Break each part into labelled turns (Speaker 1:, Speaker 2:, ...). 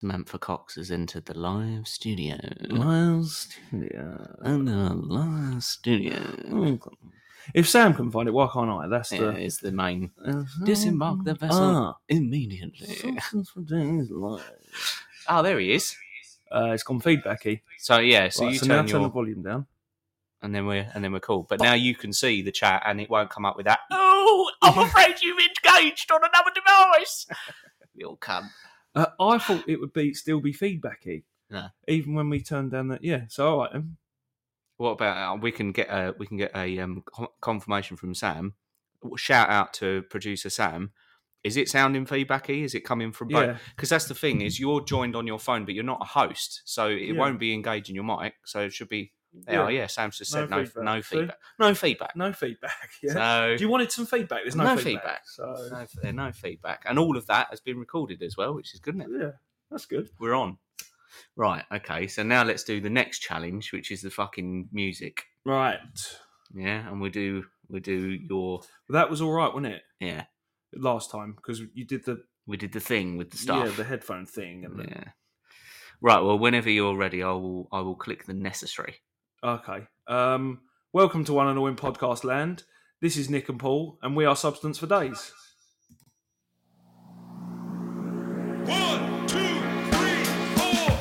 Speaker 1: Samantha Cox has entered the live studio.
Speaker 2: Live studio.
Speaker 1: And the live
Speaker 2: Hmm.
Speaker 1: studio.
Speaker 2: If Sam can find it, why can't I? That's
Speaker 1: Yeah,
Speaker 2: the
Speaker 1: is the main.
Speaker 2: Uh,
Speaker 1: Disembark the vessel
Speaker 2: Ah,
Speaker 1: immediately.
Speaker 2: Substance for Days Live.
Speaker 1: Oh, there he is.
Speaker 2: Uh, it's gone feedbacky.
Speaker 1: So yeah, so
Speaker 2: Right,
Speaker 1: you
Speaker 2: so now
Speaker 1: turn
Speaker 2: turn the
Speaker 1: your
Speaker 2: volume down.
Speaker 1: and then we're and then we're cool. But now you can see the chat and it won't come up with that. Oh, I'm afraid you've engaged on another device. You'll come.
Speaker 2: Uh, I thought it would be still be feedbacky.
Speaker 1: No.
Speaker 2: Even when we turned down that, yeah. So all right, then.
Speaker 1: What about uh, we can get a we can get a um, co- confirmation from Sam. Shout out to producer Sam. Is it sounding feedbacky? Is it coming from both?
Speaker 2: yeah,
Speaker 1: Because that's the thing is you're joined on your phone, but you're not a host, so it
Speaker 2: Mm-hmm. Yeah.
Speaker 1: won't be engaging your mic. So it should be. Yeah, oh, yeah. Sam's just
Speaker 2: No
Speaker 1: said no,
Speaker 2: feedback.
Speaker 1: no
Speaker 2: See?
Speaker 1: feedback. No feedback.
Speaker 2: no feedback. Yeah.
Speaker 1: So
Speaker 2: Do you wanted some feedback? There's no,
Speaker 1: No
Speaker 2: feedback.
Speaker 1: feedback.
Speaker 2: So
Speaker 1: no, f- no feedback, and all of that has been recorded as well, which is good, isn't it?
Speaker 2: yeah, that's good.
Speaker 1: We're on. Right. Okay. So now let's do the next challenge, which is the fucking music.
Speaker 2: Right.
Speaker 1: Yeah, and we do we do your
Speaker 2: That was all right, wasn't it?
Speaker 1: yeah
Speaker 2: Last time because you did the
Speaker 1: we did the thing with the stuff.
Speaker 2: yeah the headphone thing and
Speaker 1: Yeah. Right. Well, whenever you're ready, I will. I will click the necessary.
Speaker 2: the, okay. Um, welcome to One and All in Podcast Land. This is Nick and Paul, and we are Substance for Days.
Speaker 3: One, two, three, four.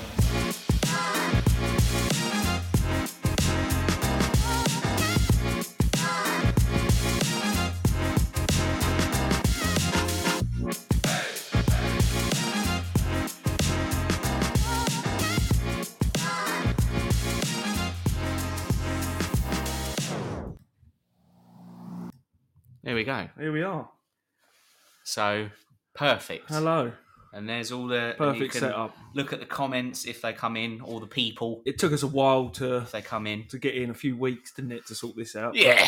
Speaker 1: There we go.
Speaker 2: Here we are.
Speaker 1: So perfect.
Speaker 2: Hello.
Speaker 1: And there's all the and you
Speaker 2: Perfect
Speaker 1: can
Speaker 2: setup.
Speaker 1: Look at the comments if they come in, or the people
Speaker 2: It took us a while to
Speaker 1: if they come in.
Speaker 2: to get in a few weeks, didn't it, to sort this out?
Speaker 1: Yeah.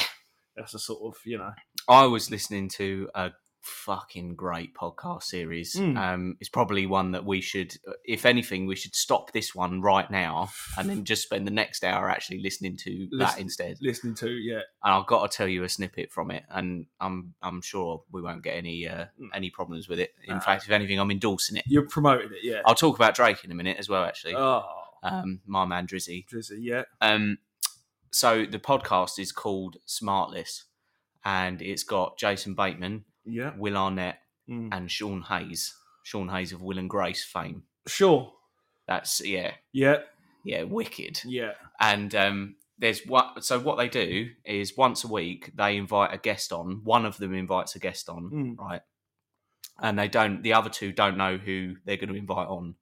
Speaker 2: That's a sort of you know.
Speaker 1: I was listening to a fucking great podcast series.
Speaker 2: Mm.
Speaker 1: Um, it's probably one that we should, if anything, we should stop this one right now and then just spend the next hour actually listening to that
Speaker 2: Listen-
Speaker 1: instead.
Speaker 2: listening to. Yeah,
Speaker 1: And I've got to tell you a snippet from it, and I'm I'm sure we won't get any uh, any problems with it. In
Speaker 2: Hmm. Nah.
Speaker 1: fact, if anything, I'm endorsing it.
Speaker 2: you promoted it. Yeah.
Speaker 1: I'll talk about Drake in a minute as well. Actually,
Speaker 2: Oh,
Speaker 1: um, my man Drizzy.
Speaker 2: Drizzy. Yeah.
Speaker 1: Um, so the podcast is called Smartless, and it's got Jason Bateman,
Speaker 2: Yeah.
Speaker 1: Will Arnett,
Speaker 2: Mm.
Speaker 1: and Sean Hayes. Sean Hayes of Will and Grace fame.
Speaker 2: Sure.
Speaker 1: That's yeah,
Speaker 2: Yeah.
Speaker 1: yeah, wicked.
Speaker 2: Yeah.
Speaker 1: And um, there's what. So what they do is once a week they invite a guest on. One of them invites a guest on,
Speaker 2: Mm.
Speaker 1: right? And they don't. The other two don't know who they're going to invite on.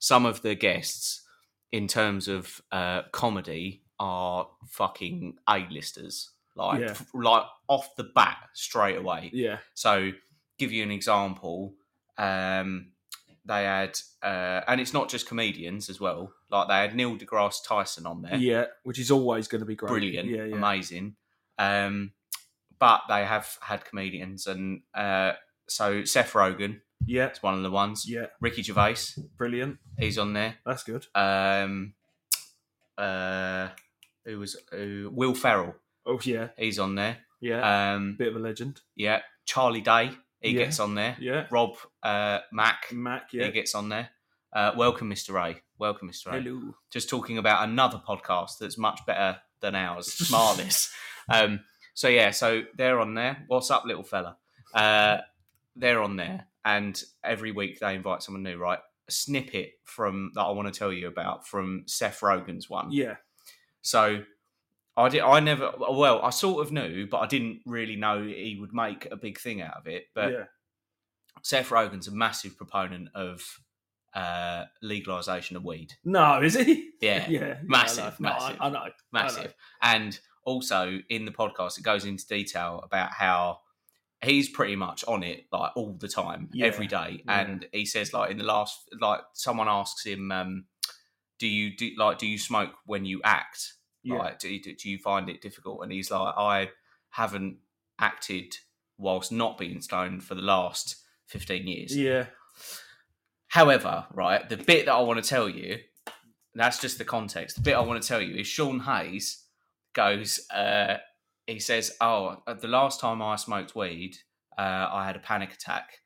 Speaker 1: Some of the guests, in terms of uh, comedy, are fucking a-listers. Like,
Speaker 2: Yeah.
Speaker 1: f- like off the bat, straight away.
Speaker 2: Yeah.
Speaker 1: So, give you an example. Um, they had, uh, and it's not just comedians as well. Like they had Neil deGrasse Tyson on there,
Speaker 2: Yeah. Which is always going to be great.
Speaker 1: brilliant,
Speaker 2: Yeah. Yeah.
Speaker 1: amazing. Um, but they have had comedians, and uh, so Seth Rogen
Speaker 2: Yeah.
Speaker 1: is one of the ones.
Speaker 2: Yeah.
Speaker 1: Ricky Gervais,
Speaker 2: Brilliant.
Speaker 1: he's on there.
Speaker 2: That's good.
Speaker 1: Um, uh, who was who? Will Ferrell,
Speaker 2: Oh yeah.
Speaker 1: he's on there.
Speaker 2: Yeah.
Speaker 1: Um,
Speaker 2: Bit of a legend.
Speaker 1: yeah, Charlie Day, he
Speaker 2: Yeah.
Speaker 1: gets on there.
Speaker 2: Yeah.
Speaker 1: Rob uh, Mack,
Speaker 2: Mac.
Speaker 1: he
Speaker 2: Yeah.
Speaker 1: gets on there. Uh, welcome, Mr. Ray. Welcome, Mr. Ray.
Speaker 2: Hello.
Speaker 1: Just talking about another podcast that's much better than ours, Smartless. um, so yeah, so they're on there. What's up, little fella? Uh, they're on there, and every week they invite someone new. Right, a snippet from that I want to tell you about from Seth Rogen's one.
Speaker 2: Yeah.
Speaker 1: So I did. I never. Well, I sort of knew, but I didn't really know he would make a big thing out of it. But
Speaker 2: yeah.
Speaker 1: Seth Rogen's a massive proponent of uh, legalization of weed.
Speaker 2: No, is he?
Speaker 1: Yeah,
Speaker 2: Yeah. I
Speaker 1: Massive,
Speaker 2: know. No,
Speaker 1: massive.
Speaker 2: I, I know.
Speaker 1: massive. And also in the podcast, it goes into detail about how he's pretty much on it like all the time,
Speaker 2: Yeah,
Speaker 1: every day.
Speaker 2: yeah.
Speaker 1: And he says like in the last, like someone asks him, um, "Do you do like do you smoke when you act?
Speaker 2: Yeah.
Speaker 1: Like do, do do you find it difficult?" And he's like, "I haven't acted whilst not being stoned for the last fifteen years."
Speaker 2: Yeah.
Speaker 1: However, right, the bit that I want to tell you, that's just the context. The bit I want to tell you is Sean Hayes goes, uh, he says, Oh, the last time I smoked weed, uh, I had a panic attack.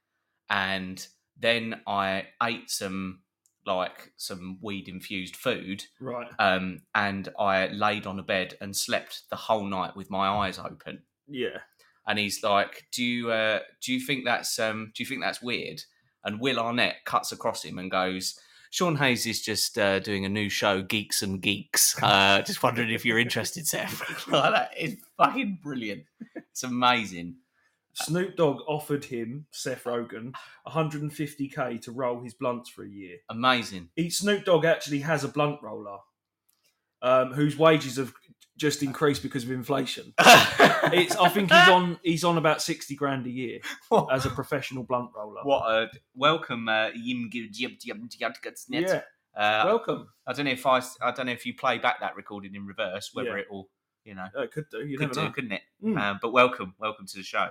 Speaker 1: And then I ate some like some weed infused food
Speaker 2: Right.
Speaker 1: um, and I laid on a bed and slept the whole night with my eyes open.
Speaker 2: Yeah.
Speaker 1: And he's like, "Do you uh, do you think that's um, do you think that's weird?" And Will Arnett cuts across him and goes, "Sean Hayes is just uh, doing a new show, Geeks and Geeks. Uh, just wondering if you're interested, Seth." like that is fucking brilliant. It's amazing.
Speaker 2: Snoop Dogg offered him, Seth Rogen, 150k to roll his blunts for a year.
Speaker 1: Amazing.
Speaker 2: He, Snoop Dogg actually has a blunt roller um, whose wages have just increased because of inflation. It's, I think he's on he's on about 60 grand a year
Speaker 1: what,
Speaker 2: as a professional blunt roller.
Speaker 1: what a welcome, uh, Yim Gil Jib Jib Jib Gutsnet.
Speaker 2: Yeah,
Speaker 1: Uh,
Speaker 2: welcome.
Speaker 1: I don't know if I, I don't know if you play back that recording in reverse, whether
Speaker 2: Yeah.
Speaker 1: it will, you know,
Speaker 2: Uh, could do. You
Speaker 1: could
Speaker 2: never
Speaker 1: do,
Speaker 2: know.
Speaker 1: couldn't it?
Speaker 2: Mm.
Speaker 1: Um, but welcome, welcome to the show.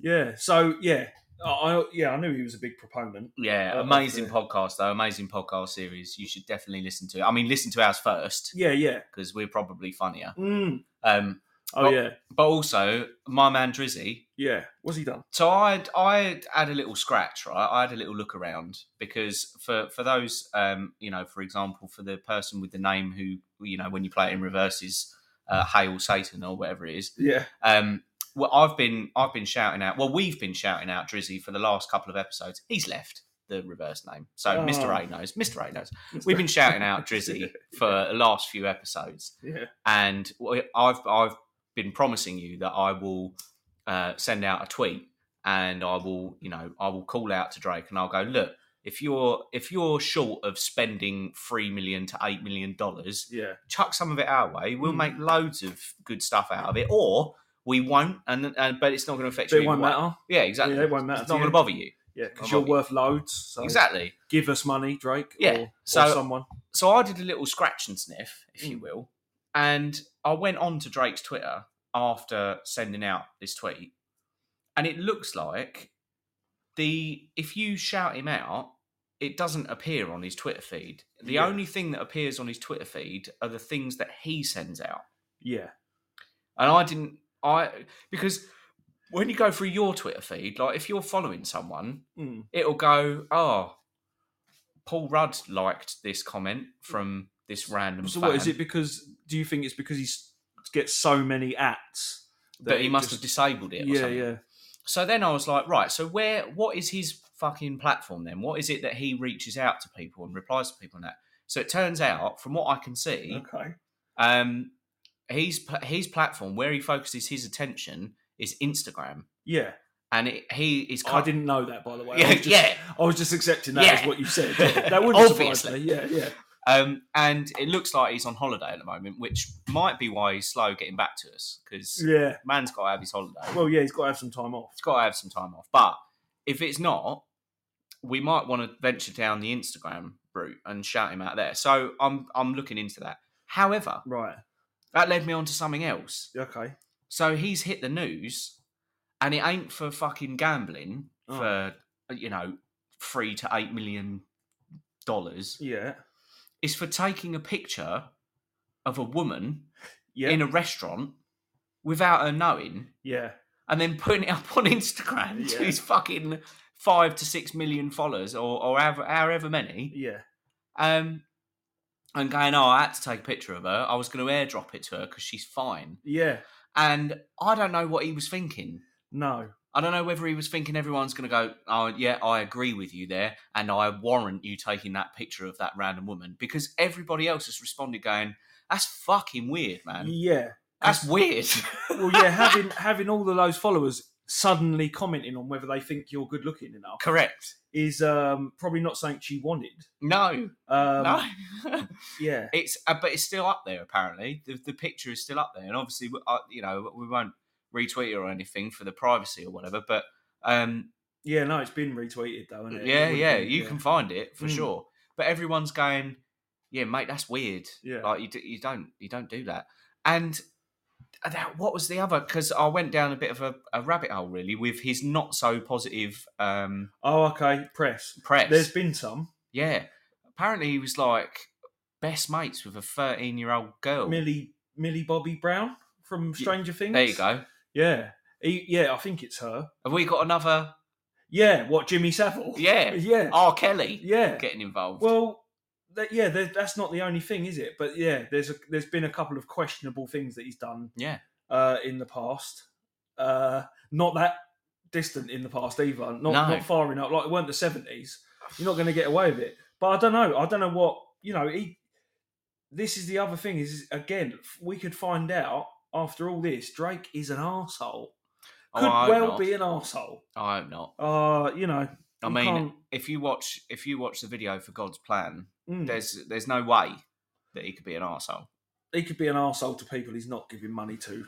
Speaker 2: Yeah. So yeah, I, I yeah I knew he was a big proponent.
Speaker 1: Yeah,
Speaker 2: Oh,
Speaker 1: amazing
Speaker 2: yeah.
Speaker 1: podcast though, amazing podcast series. You should definitely listen to. it. I mean, listen to ours first
Speaker 2: Yeah. Yeah.
Speaker 1: because we're probably funnier.
Speaker 2: Mm.
Speaker 1: Um,
Speaker 2: Oh,
Speaker 1: Oh.
Speaker 2: yeah.
Speaker 1: but also, my man Drizzy.
Speaker 2: Yeah. What's he done?
Speaker 1: So I I had a little scratch, right? I had a little look around because for for those, um, you know, for example, for the person with the name who you know when you play it in reverse is uh, Hail Satan or whatever it is.
Speaker 2: Yeah.
Speaker 1: Um, well, I've been I've been shouting out. Well, we've been shouting out Drizzy for the last couple of episodes. He's left the reverse name, so
Speaker 2: Oh.
Speaker 1: Mr. A knows. Mr. A knows. We've been shouting out Drizzy for the last few episodes,
Speaker 2: Yeah.
Speaker 1: and we- I've I've been promising you that I will uh, send out a tweet and I will you know I will call out to Drake and I'll go look if you're if you're short of spending three million to eight million dollars
Speaker 2: Yeah.
Speaker 1: chuck some of it our way. We'll
Speaker 2: Mm.
Speaker 1: make loads of good stuff out of it, or we won't. And, and but it's not going to affect
Speaker 2: But
Speaker 1: you.
Speaker 2: it won't
Speaker 1: either way.
Speaker 2: matter.
Speaker 1: Yeah, exactly.
Speaker 2: Yeah, it won't matter
Speaker 1: It's not
Speaker 2: to
Speaker 1: going to
Speaker 2: you.
Speaker 1: bother you.
Speaker 2: Yeah, because
Speaker 1: I'm
Speaker 2: you're
Speaker 1: not-
Speaker 2: worth loads. So
Speaker 1: Exactly.
Speaker 2: Give us money, Drake.
Speaker 1: Yeah,
Speaker 2: Or,
Speaker 1: so-
Speaker 2: or someone.
Speaker 1: So I did a little scratch and sniff, if you
Speaker 2: Mm.
Speaker 1: will, and I went on to Drake's Twitter after sending out this tweet, and it looks like the if you shout him out. It doesn't appear on his Twitter feed. The
Speaker 2: Yeah.
Speaker 1: only thing that appears on his Twitter feed are the things that he sends out.
Speaker 2: Yeah.
Speaker 1: And I didn't I because when you go through your Twitter feed, like if you're following someone,
Speaker 2: Mm.
Speaker 1: it'll go, Oh, Paul Rudd liked this comment from this random
Speaker 2: So
Speaker 1: fan
Speaker 2: what is it? Because do you think it's because he gets so many ats
Speaker 1: that he
Speaker 2: it
Speaker 1: must have
Speaker 2: just-
Speaker 1: disabled it or
Speaker 2: Yeah,
Speaker 1: something.
Speaker 2: yeah,
Speaker 1: So then I was like, right, so where what is his fucking platform then? What is it that he reaches out to people and replies to people and that? So it turns out, from what I can see,
Speaker 2: okay.
Speaker 1: um his pla- his platform where he focuses his attention is Instagram.
Speaker 2: Yeah,
Speaker 1: And it, he is
Speaker 2: Oh, I didn't know that by the way. I
Speaker 1: Yeah,
Speaker 2: was just,
Speaker 1: yeah.
Speaker 2: I was just accepting that
Speaker 1: Yeah.
Speaker 2: as what you said. That wouldn't surprise me.
Speaker 1: Obviously.
Speaker 2: Yeah, yeah,
Speaker 1: Um, and it looks like he's on holiday at the moment, which might be why he's slow getting back to us because
Speaker 2: yeah.
Speaker 1: man's got to have his holiday.
Speaker 2: Well, yeah, he's got to have some time off.
Speaker 1: He's got to have some time off. But if it's not, we might want to venture down the Instagram route and shout him out there. So I'm I'm looking into that. However,
Speaker 2: Right.
Speaker 1: that led me on to something else.
Speaker 2: Okay.
Speaker 1: So he's hit the news, and it ain't for fucking gambling
Speaker 2: Oh.
Speaker 1: for you know three to eight million dollars.
Speaker 2: Yeah.
Speaker 1: It's for taking a picture of a woman
Speaker 2: Yeah.
Speaker 1: in a restaurant without her knowing
Speaker 2: yeah.
Speaker 1: and then putting it up on Instagram to
Speaker 2: Yeah.
Speaker 1: his fucking five to six million followers or, or however, however many.
Speaker 2: Yeah.
Speaker 1: Um, and going, oh, I had to take a picture of her. I was going to airdrop it to her because she's fine.
Speaker 2: Yeah.
Speaker 1: And I don't know what he was thinking.
Speaker 2: No.
Speaker 1: I don't know whether he was thinking everyone's going to go, oh, yeah, I agree with you there. And I warrant you taking that picture of that random woman because everybody else has responded going, that's fucking weird, man.
Speaker 2: Yeah.
Speaker 1: That's weird.
Speaker 2: Well, yeah, having having all of those followers suddenly commenting on whether they think you're good looking enough
Speaker 1: Correct.
Speaker 2: is um, probably not something she wanted.
Speaker 1: No,
Speaker 2: Um,
Speaker 1: no.
Speaker 2: Yeah,
Speaker 1: it's uh, but it's still up there. Apparently, the the picture is still up there, and obviously, we- uh, you know, we won't retweet it or anything for the privacy or whatever. But um,
Speaker 2: yeah, no, it's been retweeted though, isn't it?
Speaker 1: yeah,
Speaker 2: It would
Speaker 1: yeah,
Speaker 2: be,
Speaker 1: you
Speaker 2: yeah.
Speaker 1: can find it for
Speaker 2: Mm.
Speaker 1: sure. But everyone's going, yeah, mate, that's weird.
Speaker 2: Yeah.
Speaker 1: like you do, you don't you don't do that. And that what was the other? Because I went down a bit of a, a rabbit hole really with his not so positive um,
Speaker 2: Oh, okay. Press.
Speaker 1: press.
Speaker 2: There's been some.
Speaker 1: Yeah, apparently he was like best mates with a thirteen year old girl.
Speaker 2: Millie Millie Bobby Brown from Stranger Things.
Speaker 1: There you go.
Speaker 2: Yeah, he, yeah, I think it's her.
Speaker 1: Have we got another?
Speaker 2: Yeah, what Jimmy Savile?
Speaker 1: Yeah.
Speaker 2: yeah,
Speaker 1: R. Kelly
Speaker 2: yeah.
Speaker 1: getting involved.
Speaker 2: Well, that, yeah, there- that's not the only thing, is it? But yeah, there's a, there's been a couple of questionable things that he's done.
Speaker 1: Yeah.
Speaker 2: uh, in the past, uh, not that distant in the past either. Not
Speaker 1: No.
Speaker 2: not far enough. Like it weren't the seventies. You're not going to get away with it. But I don't know. I don't know what you know. He, this is the other thing. Is again, we could find out after all this. Drake is an arsehole. Could
Speaker 1: oh, I hope
Speaker 2: well
Speaker 1: not.
Speaker 2: be an arsehole.
Speaker 1: I hope not.
Speaker 2: Uh, you know.
Speaker 1: I
Speaker 2: you
Speaker 1: mean,
Speaker 2: can't-
Speaker 1: if you watch if you watch the video for God's plan,
Speaker 2: mm.
Speaker 1: there's there's no way that he could be an arsehole.
Speaker 2: he could be an arsehole to people he's not giving money to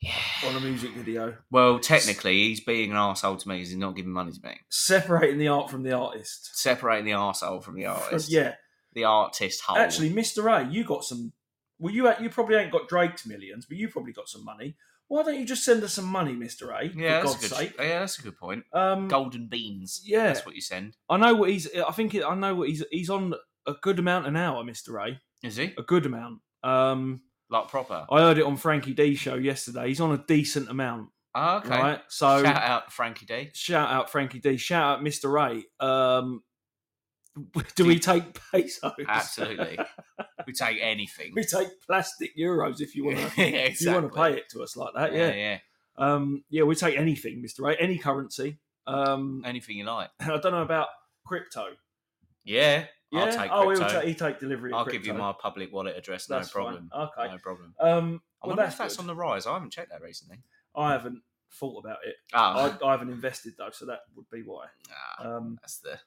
Speaker 1: Yeah.
Speaker 2: on a music video.
Speaker 1: Well, technically, he's being an arsehole to me because he's not giving money to me.
Speaker 2: Separating the art from the artist.
Speaker 1: Separating the arsehole from the artist. Oh.
Speaker 2: Yeah.
Speaker 1: The artist hole.
Speaker 2: Actually, Mr. A, you got some. Well, you you probably ain't got Drake's millions, but you probably got some money. Why don't you just send us some money, Mr. A?
Speaker 1: yeah,
Speaker 2: for
Speaker 1: that's
Speaker 2: God's
Speaker 1: a good,
Speaker 2: sake.
Speaker 1: yeah, that's a good point.
Speaker 2: Um,
Speaker 1: Golden beans.
Speaker 2: Yeah.
Speaker 1: That's what you send.
Speaker 2: I know what he's. I think it, I know what he's. He's on a good amount an hour, Mr. A.
Speaker 1: Is he?
Speaker 2: A good amount. Um,
Speaker 1: Like proper.
Speaker 2: I heard it on Frankie D show yesterday. He's on a decent amount,
Speaker 1: Oh, okay.
Speaker 2: right? So
Speaker 1: Shout out Frankie D.
Speaker 2: shout out Frankie D. Shout out Mr. A. Um, do we take pesos?
Speaker 1: Absolutely. we take anything.
Speaker 2: we take plastic euros if you want to.
Speaker 1: Yeah,
Speaker 2: If you want to
Speaker 1: exactly.
Speaker 2: pay it to us like that,
Speaker 1: Yeah,
Speaker 2: yeah.
Speaker 1: yeah.
Speaker 2: Um, yeah, we take anything, Mister A, any currency. Um,
Speaker 1: Anything you like.
Speaker 2: I don't know about crypto.
Speaker 1: Yeah.
Speaker 2: Yeah,
Speaker 1: I'll take
Speaker 2: oh,
Speaker 1: crypto.
Speaker 2: He'll, ta- he'll take delivery. Of
Speaker 1: I'll
Speaker 2: crypto.
Speaker 1: give you my public wallet address.
Speaker 2: That's
Speaker 1: no
Speaker 2: fine.
Speaker 1: problem.
Speaker 2: Okay.
Speaker 1: No problem. I
Speaker 2: Um, well,
Speaker 1: wonder if
Speaker 2: that's,
Speaker 1: that's on the rise. I haven't checked that recently.
Speaker 2: I haven't thought about it.
Speaker 1: Ah,
Speaker 2: I, I haven't invested though, so that would be why.
Speaker 1: ah,
Speaker 2: Um,
Speaker 1: that's the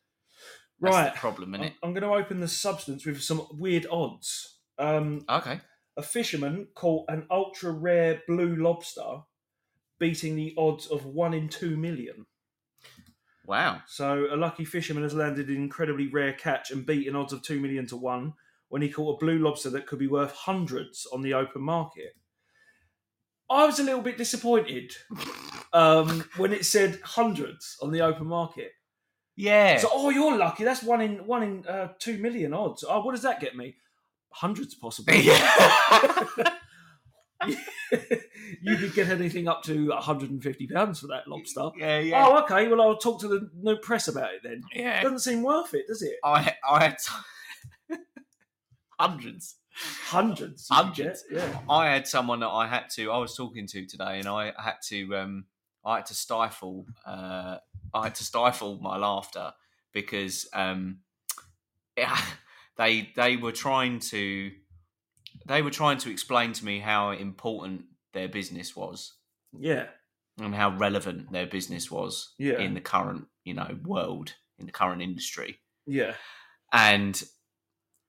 Speaker 1: that's
Speaker 2: right.
Speaker 1: the problem, isn't
Speaker 2: I'm,
Speaker 1: it?
Speaker 2: I'm going to open the substance with some weird odds. Um,
Speaker 1: Okay.
Speaker 2: a fisherman caught an ultra rare blue lobster, beating the odds of one in two million.
Speaker 1: Wow.
Speaker 2: So a lucky fisherman has landed an incredibly rare catch and beaten odds of two million to one when he caught a blue lobster that could be worth hundreds on the open market. I was a little bit disappointed um, when it said hundreds on the open market.
Speaker 1: Yeah.
Speaker 2: So, oh, you're lucky. That's one in one in uh, two million odds. Oh, what does that get me? Hundreds, possibly. you could get anything up to 150 pounds for that lobster.
Speaker 1: yeah, yeah.
Speaker 2: Oh, okay. Well, I'll talk to the no press about it then.
Speaker 1: yeah.
Speaker 2: Doesn't seem worth it, does it?
Speaker 1: I I had t- hundreds.
Speaker 2: hundreds. you could
Speaker 1: Hundreds.
Speaker 2: get, yeah.
Speaker 1: I had someone that I had to I was talking to today and I had to um I had to stifle uh I had to stifle my laughter because um yeah, they they were trying to they were trying to explain to me how important their business was
Speaker 2: Yeah.
Speaker 1: and how relevant their business was
Speaker 2: Yeah.
Speaker 1: in the current, you know, world, in the current industry.
Speaker 2: Yeah.
Speaker 1: and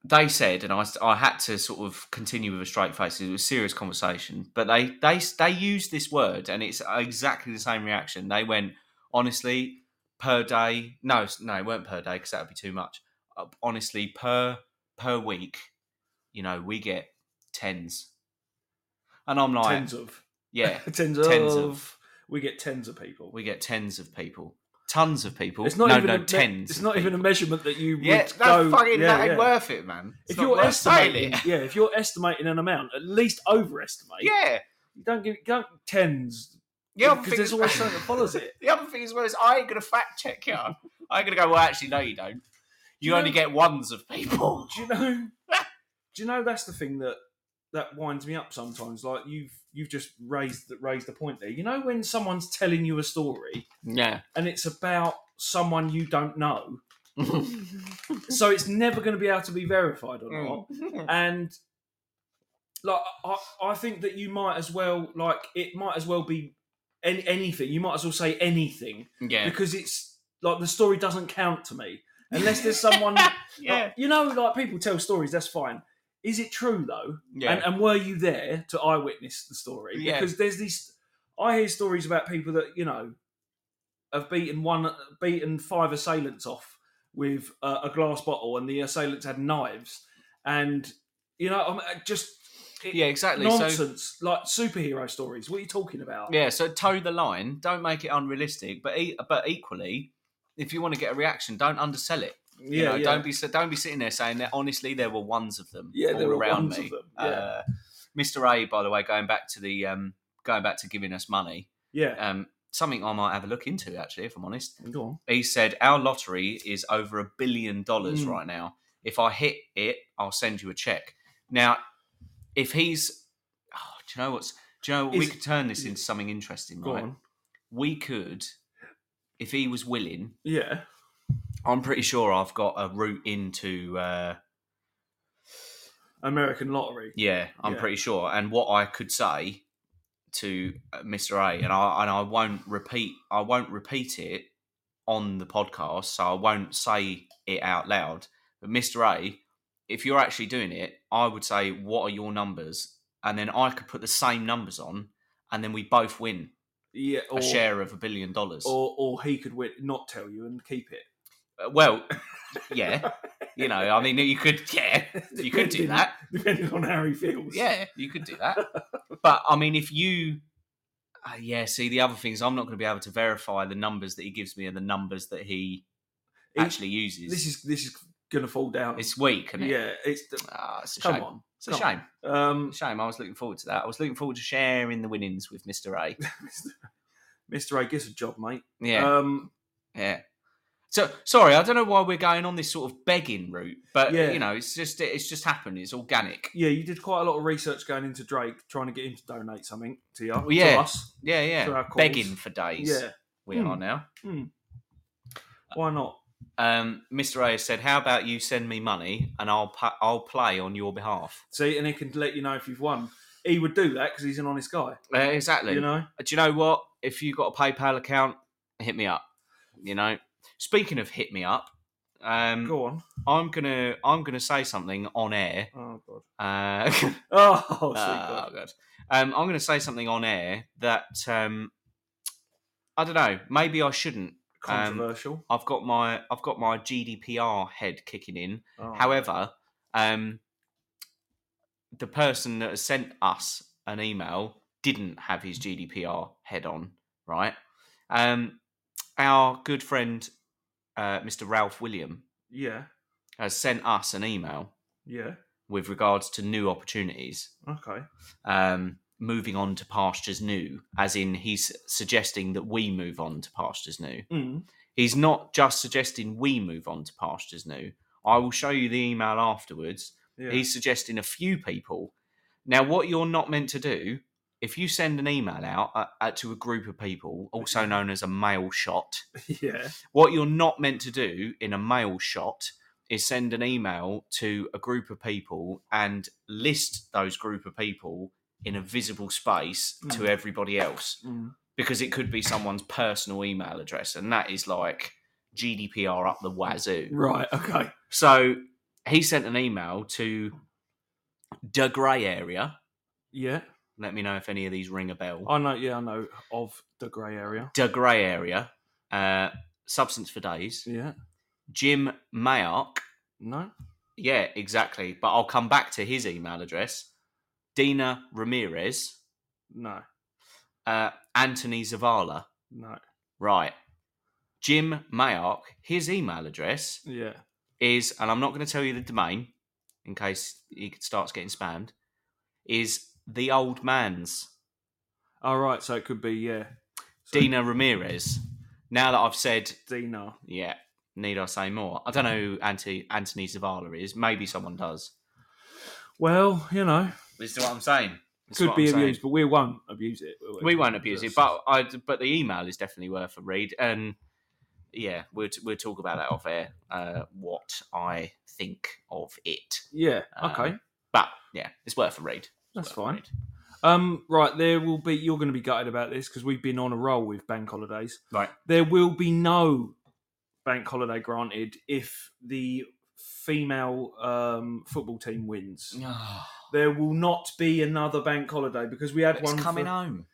Speaker 1: they said, and I, I had to sort of continue with a straight face. It was a serious conversation, but they they they used this word, and it's exactly the same reaction. They went, honestly, per day. No, s- no, it weren't per day because that would be too much. Uh, honestly, per per week, you know, we get tens, and I'm like,
Speaker 2: Tens of.
Speaker 1: yeah,
Speaker 2: tens of.
Speaker 1: Tens
Speaker 2: We get tens of people.
Speaker 1: we get tens of people, tons of people.
Speaker 2: it's not
Speaker 1: no,
Speaker 2: even
Speaker 1: no,
Speaker 2: a me-
Speaker 1: tens.
Speaker 2: It's
Speaker 1: of
Speaker 2: not even a
Speaker 1: people.
Speaker 2: measurement that you would
Speaker 1: yeah, that's
Speaker 2: go.
Speaker 1: fucking
Speaker 2: yeah,
Speaker 1: that ain't
Speaker 2: yeah.
Speaker 1: worth it, man. It's
Speaker 2: If
Speaker 1: not
Speaker 2: you're
Speaker 1: worth saying
Speaker 2: estimating,
Speaker 1: it.
Speaker 2: yeah, if you're estimating an amount, at least overestimate.
Speaker 1: yeah.
Speaker 2: you don't give don't tens
Speaker 1: The other
Speaker 2: because
Speaker 1: thing
Speaker 2: there's
Speaker 1: is,
Speaker 2: always something that follows it.
Speaker 1: the other thing as well is I ain't gonna fact check you. I ain't gonna go. Well, actually, no, you don't. You
Speaker 2: You
Speaker 1: only
Speaker 2: know-
Speaker 1: get ones of people.
Speaker 2: Do you know? do you know that's the thing that that winds me up sometimes? Like you've you've just raised raised the point there. You know when someone's telling you a story
Speaker 1: Yeah.
Speaker 2: and it's about someone you don't know. so it's never going to be able to be verified or
Speaker 1: Mm.
Speaker 2: not. And like, I, I think that you might as well like it might as well be any, anything. You might as well say anything
Speaker 1: yeah.
Speaker 2: because it's like the story doesn't count to me unless there's someone.
Speaker 1: Yeah.
Speaker 2: you know, like people tell stories. That's fine. Is it true though?
Speaker 1: Yeah.
Speaker 2: And, uh, and were you there to eyewitness the story?
Speaker 1: Yeah.
Speaker 2: Because there's these, I hear stories about people that you know have beaten one, beaten five assailants off with uh, a glass bottle, and the assailants had knives, and you know, I'm uh, just it-
Speaker 1: yeah. Exactly. So
Speaker 2: nonsense like superhero stories. What are you talking about?
Speaker 1: yeah. So toe the line. Don't make it unrealistic. But e- but equally, if you want to get a reaction, don't undersell it. You know, Don't be si- don't be sitting there saying that. Honestly, there were ones of them.
Speaker 2: Yeah,
Speaker 1: all
Speaker 2: there were
Speaker 1: around
Speaker 2: ones
Speaker 1: me.
Speaker 2: of them, yeah.
Speaker 1: Uh, Mr. A, by the way, going back to the um, going back to giving us money.
Speaker 2: yeah.
Speaker 1: um, something I might have a look into actually, if I'm honest.
Speaker 2: Go on.
Speaker 1: He said our lottery is over a billion dollars
Speaker 2: Mm.
Speaker 1: right now. If I hit it, I'll send you a check. Now, if he's, oh, do you know what's? Do you know what? we
Speaker 2: Is-
Speaker 1: could turn this into something interesting,
Speaker 2: Go
Speaker 1: right?
Speaker 2: on.
Speaker 1: We could, if he was willing,
Speaker 2: Yeah.
Speaker 1: I'm pretty sure I've got a route into. Uh,
Speaker 2: American lottery.
Speaker 1: yeah, I'm
Speaker 2: Yeah.
Speaker 1: pretty sure. And what I could say to uh, Mr. A, and I and I won't repeat. I won't repeat it on the podcast, so I won't say it out loud. But Mr. A, if you're actually doing it, I would say, "What are your numbers?" And then I could put the same numbers on, and then we both win
Speaker 2: Yeah. Or,
Speaker 1: a share of a billion dollars.
Speaker 2: Or, or he could win, not tell you and keep it.
Speaker 1: Uh, Well, yeah, you know, I mean, you could, yeah, you could do
Speaker 2: Depending-
Speaker 1: that.
Speaker 2: Depending on how he feels.
Speaker 1: Yeah, you could do that. but I mean, if you, uh, yeah, see, the other things I'm not going to be able to verify the numbers that he gives me and the numbers that he
Speaker 2: He-
Speaker 1: actually uses.
Speaker 2: This is this is gonna fall down.
Speaker 1: it's weak, isn't it?
Speaker 2: yeah. It's
Speaker 1: Ah, it's a
Speaker 2: come
Speaker 1: shame.
Speaker 2: on.
Speaker 1: It's a
Speaker 2: come
Speaker 1: shame.
Speaker 2: Um,
Speaker 1: It's a shame. I was looking forward to that. I was looking forward to sharing the winnings with Mister A.
Speaker 2: Mr. A gives a job, mate.
Speaker 1: Yeah,
Speaker 2: Um,
Speaker 1: yeah. So sorry, I don't know why we're going on this sort of begging route, but
Speaker 2: Yeah.
Speaker 1: you know, it's just it's just happened. It's organic.
Speaker 2: yeah, you did quite a lot of research going into Drake, trying to get him to donate something to you.
Speaker 1: Well, yeah.
Speaker 2: To us.
Speaker 1: Yeah,
Speaker 2: Through our
Speaker 1: yeah.
Speaker 2: calls.
Speaker 1: Begging for days.
Speaker 2: Yeah.
Speaker 1: We
Speaker 2: Hmm.
Speaker 1: are now.
Speaker 2: Why not?
Speaker 1: um, Mr. A has said, "How about you send me money and I'll pa- I'll play on your behalf."
Speaker 2: See, and he can let you know if you've won. He would do that because he's an honest guy.
Speaker 1: Uh, exactly.
Speaker 2: You know.
Speaker 1: Do you know what? If you've got a PayPal account, hit me up. You know. Speaking of hit me up, um,
Speaker 2: Go on.
Speaker 1: I'm gonna I'm gonna say something on air.
Speaker 2: Oh god.
Speaker 1: Uh,
Speaker 2: Oh,
Speaker 1: oh,
Speaker 2: sweet god.
Speaker 1: God. Um, I'm gonna say something on air that um, I don't know. Maybe I shouldn't.
Speaker 2: Controversial.
Speaker 1: I've got my I've got my GDPR head kicking in.
Speaker 2: Oh.
Speaker 1: However, um, the person that has sent us an email didn't have his GDPR head on, right? Um, our good friend, uh, Mr. Ralph William,
Speaker 2: Yeah.
Speaker 1: has sent us an email
Speaker 2: Yeah.
Speaker 1: with regards to new opportunities,
Speaker 2: Okay.
Speaker 1: um, moving on to pastures new, as in he's suggesting that we move on to pastures new.
Speaker 2: Mm.
Speaker 1: He's not just suggesting we move on to pastures new. I will show you the email afterwards.
Speaker 2: Yeah.
Speaker 1: He's suggesting a few people. Now, what you're not meant to do, if you send an email out uh, uh, to a group of people, also known as a mail shot,
Speaker 2: yeah.
Speaker 1: what you're not meant to do in a mail shot is send an email to a group of people and list those group of people in a visible space to
Speaker 2: Mm.
Speaker 1: everybody else
Speaker 2: Mm.
Speaker 1: because it could be someone's personal email address and that is like GDPR up the wazoo.
Speaker 2: Right. Okay.
Speaker 1: So he sent an email to De Grey area.
Speaker 2: Yeah.
Speaker 1: Let me know if any of these ring a bell.
Speaker 2: I know. Yeah, I know of the grey area.
Speaker 1: De Grey area, uh, Substance for Days,
Speaker 2: Yeah.
Speaker 1: Jim Mayock.
Speaker 2: No.
Speaker 1: Yeah, exactly. But I'll come back to his email address. Dina Ramirez,
Speaker 2: No.
Speaker 1: uh, Anthony Zavala.
Speaker 2: No.
Speaker 1: Right. Jim Mayock, his email address
Speaker 2: Yeah.
Speaker 1: is, and I'm not going to tell you the domain in case he starts getting spammed, is the old man's.
Speaker 2: All right. So it could be yeah. So
Speaker 1: Dina Ramirez. Now that I've said,
Speaker 2: Dina.
Speaker 1: yeah, need I say more? I don't know who Anthony, Anthony Zavala is. Maybe someone does.
Speaker 2: Well, you know,
Speaker 1: This is what I'm saying. This is
Speaker 2: could
Speaker 1: what
Speaker 2: be
Speaker 1: I'm saying.
Speaker 2: abused, but we won't abuse it. will
Speaker 1: We won't abuse it, but I, but the email is definitely worth a read. And yeah, we'll, we'll talk about that off air, uh, what I think of it.
Speaker 2: yeah.
Speaker 1: Um,
Speaker 2: Okay.
Speaker 1: But yeah, it's worth a read.
Speaker 2: That's
Speaker 1: Worth a
Speaker 2: fine.
Speaker 1: read.
Speaker 2: Um, right, there will be. You're going to be gutted about this because we've been on a roll with bank holidays.
Speaker 1: Right.
Speaker 2: There will be no bank holiday granted if the female um, football team
Speaker 1: Mm.
Speaker 2: wins. There will not be another bank holiday because we had
Speaker 1: Ah, It's
Speaker 2: one
Speaker 1: coming
Speaker 2: for,
Speaker 1: home.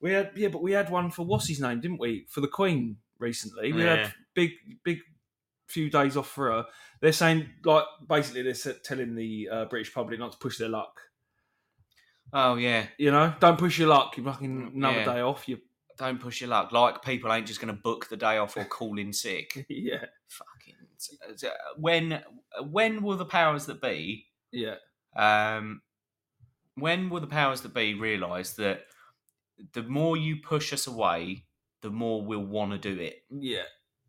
Speaker 2: We had yeah, but we had one for what's his name, didn't we? For the Queen recently, we
Speaker 1: Yeah.
Speaker 2: had big big few days off for her. They're saying like basically they're s- telling the uh, British public not to push their luck.
Speaker 1: Oh yeah,
Speaker 2: You know, don't push your luck. You fucking another
Speaker 1: Mm, Yeah.
Speaker 2: day off. You
Speaker 1: don't push your luck. Like people ain't just going to book the day off or call in sick.
Speaker 2: yeah
Speaker 1: Fucking it's- it's- when when will the powers that be?
Speaker 2: yeah
Speaker 1: Um, when will the powers that be realise that the more you push us away, the more we'll want to do it.
Speaker 2: Yeah.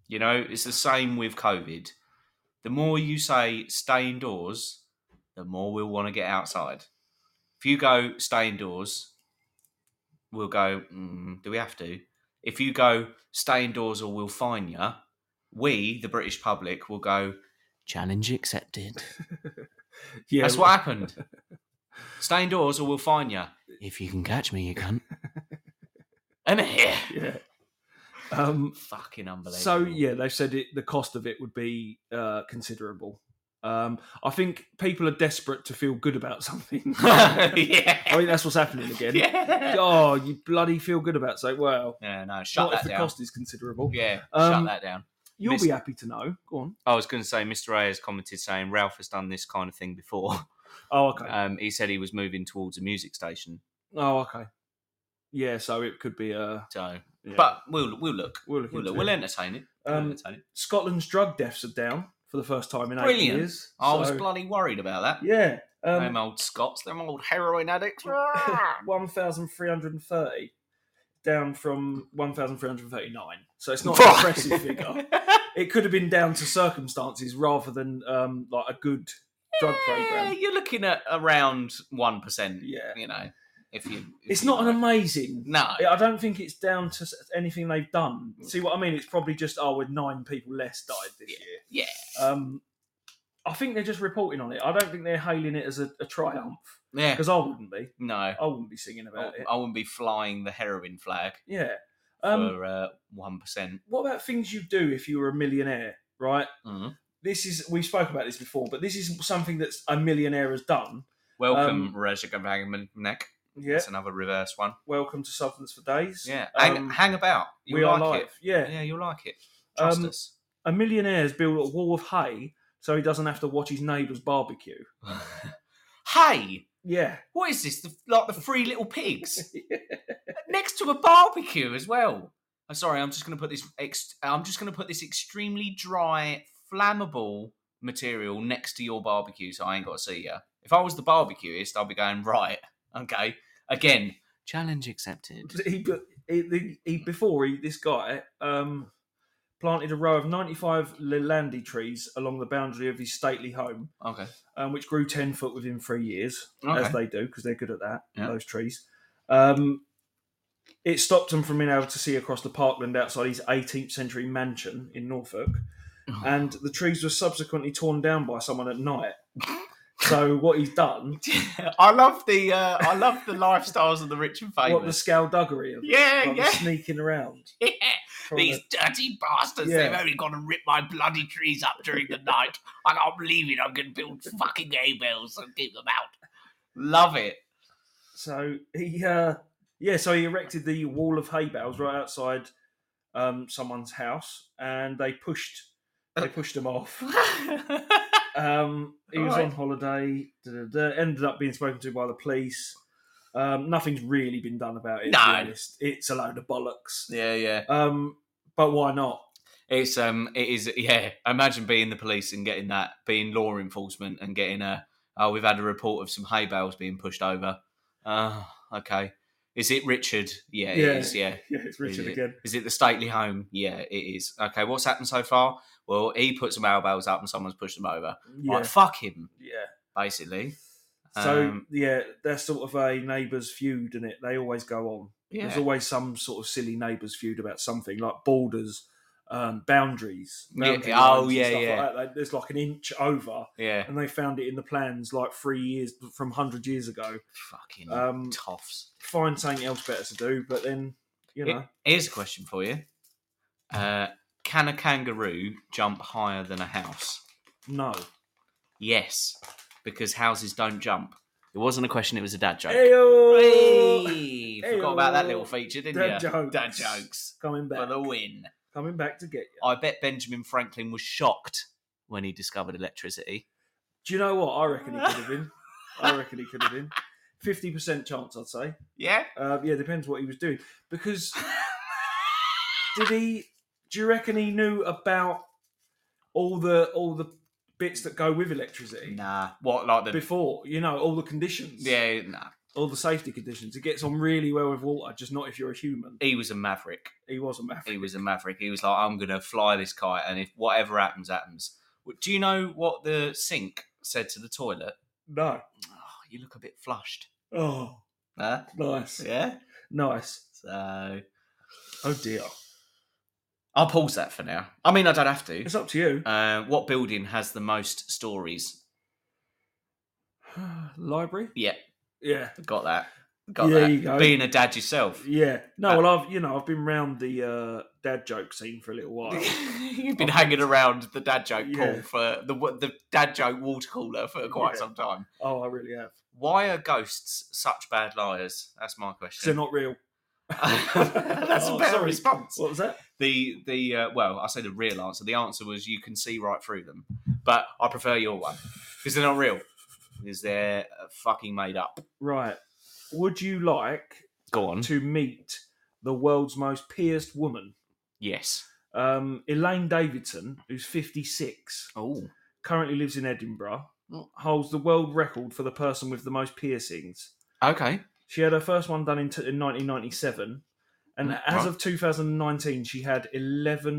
Speaker 1: You know, it's the same with COVID. The more you say stay indoors, the more we'll want to get outside. If you go stay indoors, we'll go, mm, do we have to? If you go stay indoors or we'll fine you, we, the British public, will go, challenge accepted.
Speaker 2: Yeah.
Speaker 1: That's what happened. Stay indoors or we'll fine you. If you can catch me, you cunt. and here.
Speaker 2: Yeah. Um,
Speaker 1: Fucking unbelievable.
Speaker 2: so yeah, they said it, the cost of it would be uh, considerable. Um, I think people are desperate to feel good about something. I
Speaker 1: yeah.
Speaker 2: mean, that's what's happening again.
Speaker 1: Oh, yeah.
Speaker 2: Oh, you bloody feel good about something. Well,
Speaker 1: Yeah, no, shut
Speaker 2: not if
Speaker 1: that
Speaker 2: the
Speaker 1: down.
Speaker 2: cost is considerable.
Speaker 1: Yeah, shut
Speaker 2: Um,
Speaker 1: that down.
Speaker 2: You'll
Speaker 1: Miss-
Speaker 2: be happy to know. Go on.
Speaker 1: I was going to say, Mr. A has commented saying Ralph has done this kind of thing before.
Speaker 2: Oh, okay.
Speaker 1: Um, he said he was moving towards a music station.
Speaker 2: Oh, okay. Yeah, so it could be a.
Speaker 1: So,
Speaker 2: yeah.
Speaker 1: but we'll we'll look.
Speaker 2: we'll look
Speaker 1: We'll
Speaker 2: into
Speaker 1: look. We'll
Speaker 2: it.
Speaker 1: entertain it. We'll
Speaker 2: Um,
Speaker 1: entertain it.
Speaker 2: Scotland's drug deaths are down for the first time in eight
Speaker 1: Brilliant.
Speaker 2: years.
Speaker 1: I was
Speaker 2: so-
Speaker 1: bloody worried about that.
Speaker 2: yeah,
Speaker 1: them
Speaker 2: um,
Speaker 1: old Scots, them old heroin addicts. Ah!
Speaker 2: one thousand three hundred and thirty down from one thousand three hundred thirty-nine. So it's not an
Speaker 1: Fuck.
Speaker 2: impressive figure. It could have been down to circumstances rather than um, like a good drug
Speaker 1: yeah,
Speaker 2: program.
Speaker 1: you're looking at around one percent.
Speaker 2: Yeah,
Speaker 1: You know, if you, if
Speaker 2: it's
Speaker 1: you
Speaker 2: not an
Speaker 1: like.
Speaker 2: amazing.
Speaker 1: no.
Speaker 2: I don't think it's down to s- anything they've done. See what I mean? It's probably just oh, with nine people less died this year.
Speaker 1: Yeah,
Speaker 2: Um, I think they're just reporting on it. I don't think they're hailing it as a, a triumph
Speaker 1: yeah,
Speaker 2: because I wouldn't be.
Speaker 1: no. I,
Speaker 2: I wouldn't be singing about it.
Speaker 1: Oh, I wouldn't be flying the heroin flag
Speaker 2: Yeah. Um,
Speaker 1: for uh, one percent.
Speaker 2: what about things you do if you were a millionaire? Right.
Speaker 1: Mhm.
Speaker 2: This is we spoke about this before, but this is something that's a millionaire has done.
Speaker 1: Welcome,
Speaker 2: um,
Speaker 1: Rajak Neck.
Speaker 2: Yeah.
Speaker 1: That's another reverse one.
Speaker 2: Welcome to Substance for Days.
Speaker 1: Yeah, hang,
Speaker 2: Um,
Speaker 1: hang about.
Speaker 2: we
Speaker 1: You'll
Speaker 2: are
Speaker 1: like
Speaker 2: live.
Speaker 1: it.
Speaker 2: Yeah.
Speaker 1: Yeah, you'll like it. Trust
Speaker 2: Um,
Speaker 1: us.
Speaker 2: A millionaire's built a wall of hay so he doesn't have to watch his neighbour's barbecue.
Speaker 1: hey,
Speaker 2: Yeah.
Speaker 1: what is this? The, like the three little pigs next to a barbecue as well. I'm sorry. I'm just going to put this. Ex- I'm just going to put this extremely dry, flammable material next to your barbecue, so I ain't got to see you. If I was the barbecueist, I'd be going right. Okay, again, challenge accepted.
Speaker 2: he, bu- he, the- he before he, this guy um, planted a row of 95 Lilandi trees along the boundary of his stately home,
Speaker 1: Okay.
Speaker 2: um, which grew 10 foot within three years, as
Speaker 1: Okay.
Speaker 2: they do, because they're good at that,
Speaker 1: Yeah.
Speaker 2: those trees. Um, it stopped him from being able to see across the parkland outside his 18th century mansion in Norfolk,
Speaker 1: Oh.
Speaker 2: and the trees were subsequently torn down by someone at night. so, what he's done,
Speaker 1: I love the uh, I love the lifestyles of the rich and
Speaker 2: what the
Speaker 1: famous.
Speaker 2: scalduggery of it,
Speaker 1: yeah,
Speaker 2: like the
Speaker 1: yeah,
Speaker 2: sneaking around.
Speaker 1: yeah.
Speaker 2: trying
Speaker 4: These
Speaker 2: to-
Speaker 4: dirty bastards,
Speaker 2: Yeah.
Speaker 4: they've only got to rip my bloody trees up during the night. I can't believe it. I'm going to build fucking hay bales and keep them out.
Speaker 1: Love it.
Speaker 2: So he, uh, yeah, so he erected the wall of hay bales right outside um, someone's house, and they pushed they pushed him off. Um, he was
Speaker 1: Alright.
Speaker 2: on holiday. Da, da, da, ended up being spoken to by the police. Um, nothing's really been done about it. to be
Speaker 1: No.
Speaker 2: honest. it's a load of bollocks.
Speaker 1: yeah, yeah.
Speaker 2: Um, but why not?
Speaker 1: It's um, it is yeah. Imagine being the police and getting that, being law enforcement and getting a oh, we've had a report of some hay bales being pushed over. Oh, okay. Is it Richard? Yeah,
Speaker 2: Yeah.
Speaker 1: it is. Yeah.
Speaker 2: Yeah, it's Richard
Speaker 1: Yeah.
Speaker 2: again.
Speaker 1: Is it the stately home? Yeah, it is. Okay, what's happened so far? Well, he put some hay bales up and someone's pushed them over.
Speaker 2: Yeah,
Speaker 1: Like, fuck him,
Speaker 2: yeah.
Speaker 1: basically.
Speaker 2: So
Speaker 1: Um,
Speaker 2: yeah, they're sort of a neighbours feud, and it they always go on.
Speaker 1: Yeah.
Speaker 2: There's always some sort of silly neighbours feud about something like borders, um, boundaries.
Speaker 1: Yeah,
Speaker 2: boundary
Speaker 1: oh,
Speaker 2: lines and
Speaker 1: yeah,
Speaker 2: stuff
Speaker 1: yeah.
Speaker 2: Like that. Like, There's like an inch over,
Speaker 1: yeah.
Speaker 2: and they found it in the plans like three years from hundred years ago.
Speaker 1: Fucking
Speaker 2: Um,
Speaker 1: toffs.
Speaker 2: Find something else better to do, but then you
Speaker 1: Yeah.
Speaker 2: know,
Speaker 1: Here's a question for you. Uh, can a kangaroo jump higher than a house?
Speaker 2: no.
Speaker 1: Yes, because houses don't jump. It wasn't a question, it was a dad joke.
Speaker 2: Ayo!
Speaker 1: Hey, forgot about that little feature, didn't
Speaker 2: Dad
Speaker 1: you?
Speaker 2: jokes.
Speaker 1: Dad jokes
Speaker 2: coming
Speaker 1: for
Speaker 2: back,
Speaker 1: the win.
Speaker 2: coming back to get you.
Speaker 1: I bet Benjamin Franklin was shocked when he discovered electricity.
Speaker 2: Do you know what? I reckon he could have been. I reckon he could have been. Fifty percent chance, I'd say.
Speaker 1: Yeah?
Speaker 2: Uh, yeah, depends what he was doing. Because did he? Do you reckon he knew about all the all the bits that go with electricity
Speaker 1: Nah. What, like the.
Speaker 2: before? You know, all the conditions.
Speaker 1: yeah, nah.
Speaker 2: all the safety conditions. It gets on really well with Walter, just not if you're a human.
Speaker 1: He was a maverick.
Speaker 2: He was a maverick.
Speaker 1: He was a maverick. He was like, I'm gonna fly this kite, and if whatever happens, happens. Do you know what the sink said to the toilet?
Speaker 2: No.
Speaker 1: Oh, you look a bit flushed.
Speaker 2: Oh,
Speaker 1: Huh?
Speaker 2: nice,
Speaker 1: Yeah.
Speaker 2: nice.
Speaker 1: So
Speaker 2: Oh dear.
Speaker 1: I'll pause that for now. I mean, I don't have to.
Speaker 2: It's up to you.
Speaker 1: Uh, what building has the most stories?
Speaker 2: Library.
Speaker 1: Yeah,
Speaker 2: Yeah.
Speaker 1: got that. Got
Speaker 2: Yeah,
Speaker 1: that.
Speaker 2: you go.
Speaker 1: Being a dad yourself.
Speaker 2: Yeah. No,
Speaker 1: Uh,
Speaker 2: well, I've you know I've been round the uh, dad joke scene for a little while.
Speaker 1: You've been hanging around the dad joke
Speaker 2: Yeah.
Speaker 1: pool for the the dad joke water cooler for quite
Speaker 2: Yeah.
Speaker 1: some time.
Speaker 2: oh, I really have.
Speaker 1: Why are ghosts such bad liars? That's my
Speaker 2: 'Cause they're
Speaker 1: question.
Speaker 2: not real.
Speaker 1: That's
Speaker 2: Oh,
Speaker 1: a better
Speaker 2: sorry.
Speaker 1: response.
Speaker 2: What was that?
Speaker 1: The the uh, well, I say the real answer. The answer was you can see right through them, but I prefer your one because they're not real. Because they're uh, fucking made up.
Speaker 2: Right. Would you like
Speaker 1: Go on.
Speaker 2: to meet the world's most pierced woman?
Speaker 1: Yes.
Speaker 2: Um, Elaine Davidson, who's 56,
Speaker 1: Oh.
Speaker 2: currently lives in Edinburgh,
Speaker 1: Mm.
Speaker 2: holds the world record for the person with the most piercings.
Speaker 1: Okay.
Speaker 2: She had her first one done in, t- in 1997, and
Speaker 1: Mm,
Speaker 2: as
Speaker 1: right.
Speaker 2: of 2019, she had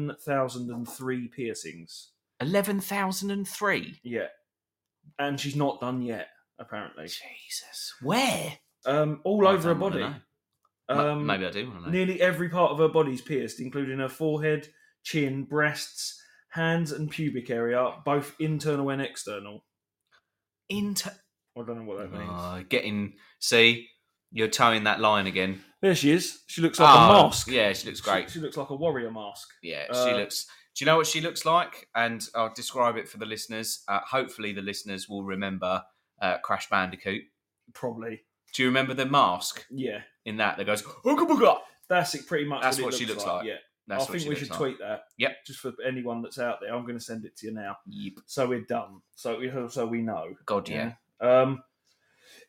Speaker 2: 11,003 piercings.
Speaker 1: Eleven thousand and three.
Speaker 2: Yeah. And she's not done yet, apparently.
Speaker 1: Jesus. Where?
Speaker 2: Um, all
Speaker 1: I
Speaker 2: over her
Speaker 1: don't wanna
Speaker 2: body.
Speaker 1: know. Ma-
Speaker 2: Um,
Speaker 1: Maybe I do want to know.
Speaker 2: Nearly every part of her body's pierced, including her forehead, chin, breasts, hands, and pubic area, both internal and external.
Speaker 1: Inter-
Speaker 2: I don't know what that means.
Speaker 1: Oh, getting see, you're towing that line again.
Speaker 2: there she is. She looks like a
Speaker 1: Oh,
Speaker 2: mask.
Speaker 1: Yeah, she looks
Speaker 2: She-
Speaker 1: great.
Speaker 2: She, looks like a warrior mask.
Speaker 1: yeah, she
Speaker 2: uh,
Speaker 1: looks. Do you know what she looks like? And I'll describe it for the listeners. Uh, hopefully, the listeners will remember uh, Crash Bandicoot.
Speaker 2: Probably.
Speaker 1: Do you remember the mask
Speaker 2: Yeah.
Speaker 1: in that that goes? "Ooga booga"?
Speaker 2: That's it, pretty much.
Speaker 1: That's
Speaker 2: it
Speaker 1: what she looks like.
Speaker 2: Yeah.
Speaker 1: That's
Speaker 2: I
Speaker 1: what
Speaker 2: think
Speaker 1: she
Speaker 2: we
Speaker 1: looks
Speaker 2: should
Speaker 1: like.
Speaker 2: tweet that.
Speaker 1: Yep.
Speaker 2: Just for anyone that's out there, I'm going to send it to you now.
Speaker 1: Yep.
Speaker 2: So we're done. So we so we know.
Speaker 1: God, yeah.
Speaker 2: Um,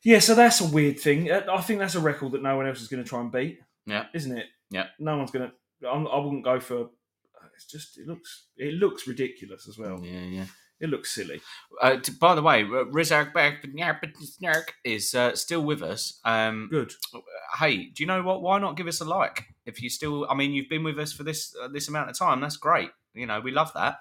Speaker 2: yeah, so that's a weird thing. Uh, I think that's a record that no one else is going to try and beat.
Speaker 1: Yeah.
Speaker 2: isn't it?
Speaker 1: Yeah.
Speaker 2: no one's going to. I wouldn't go for. It's just it looks it looks ridiculous as well.
Speaker 1: yeah, yeah.
Speaker 2: It looks silly.
Speaker 1: Uh, t- by the way, R- Rizak back snark is uh, still with us. Um,
Speaker 2: Good.
Speaker 1: hey, do you know what? Why not give us a like if you still? I mean, you've been with us for this uh, this amount of time. That's great. You know, we love that.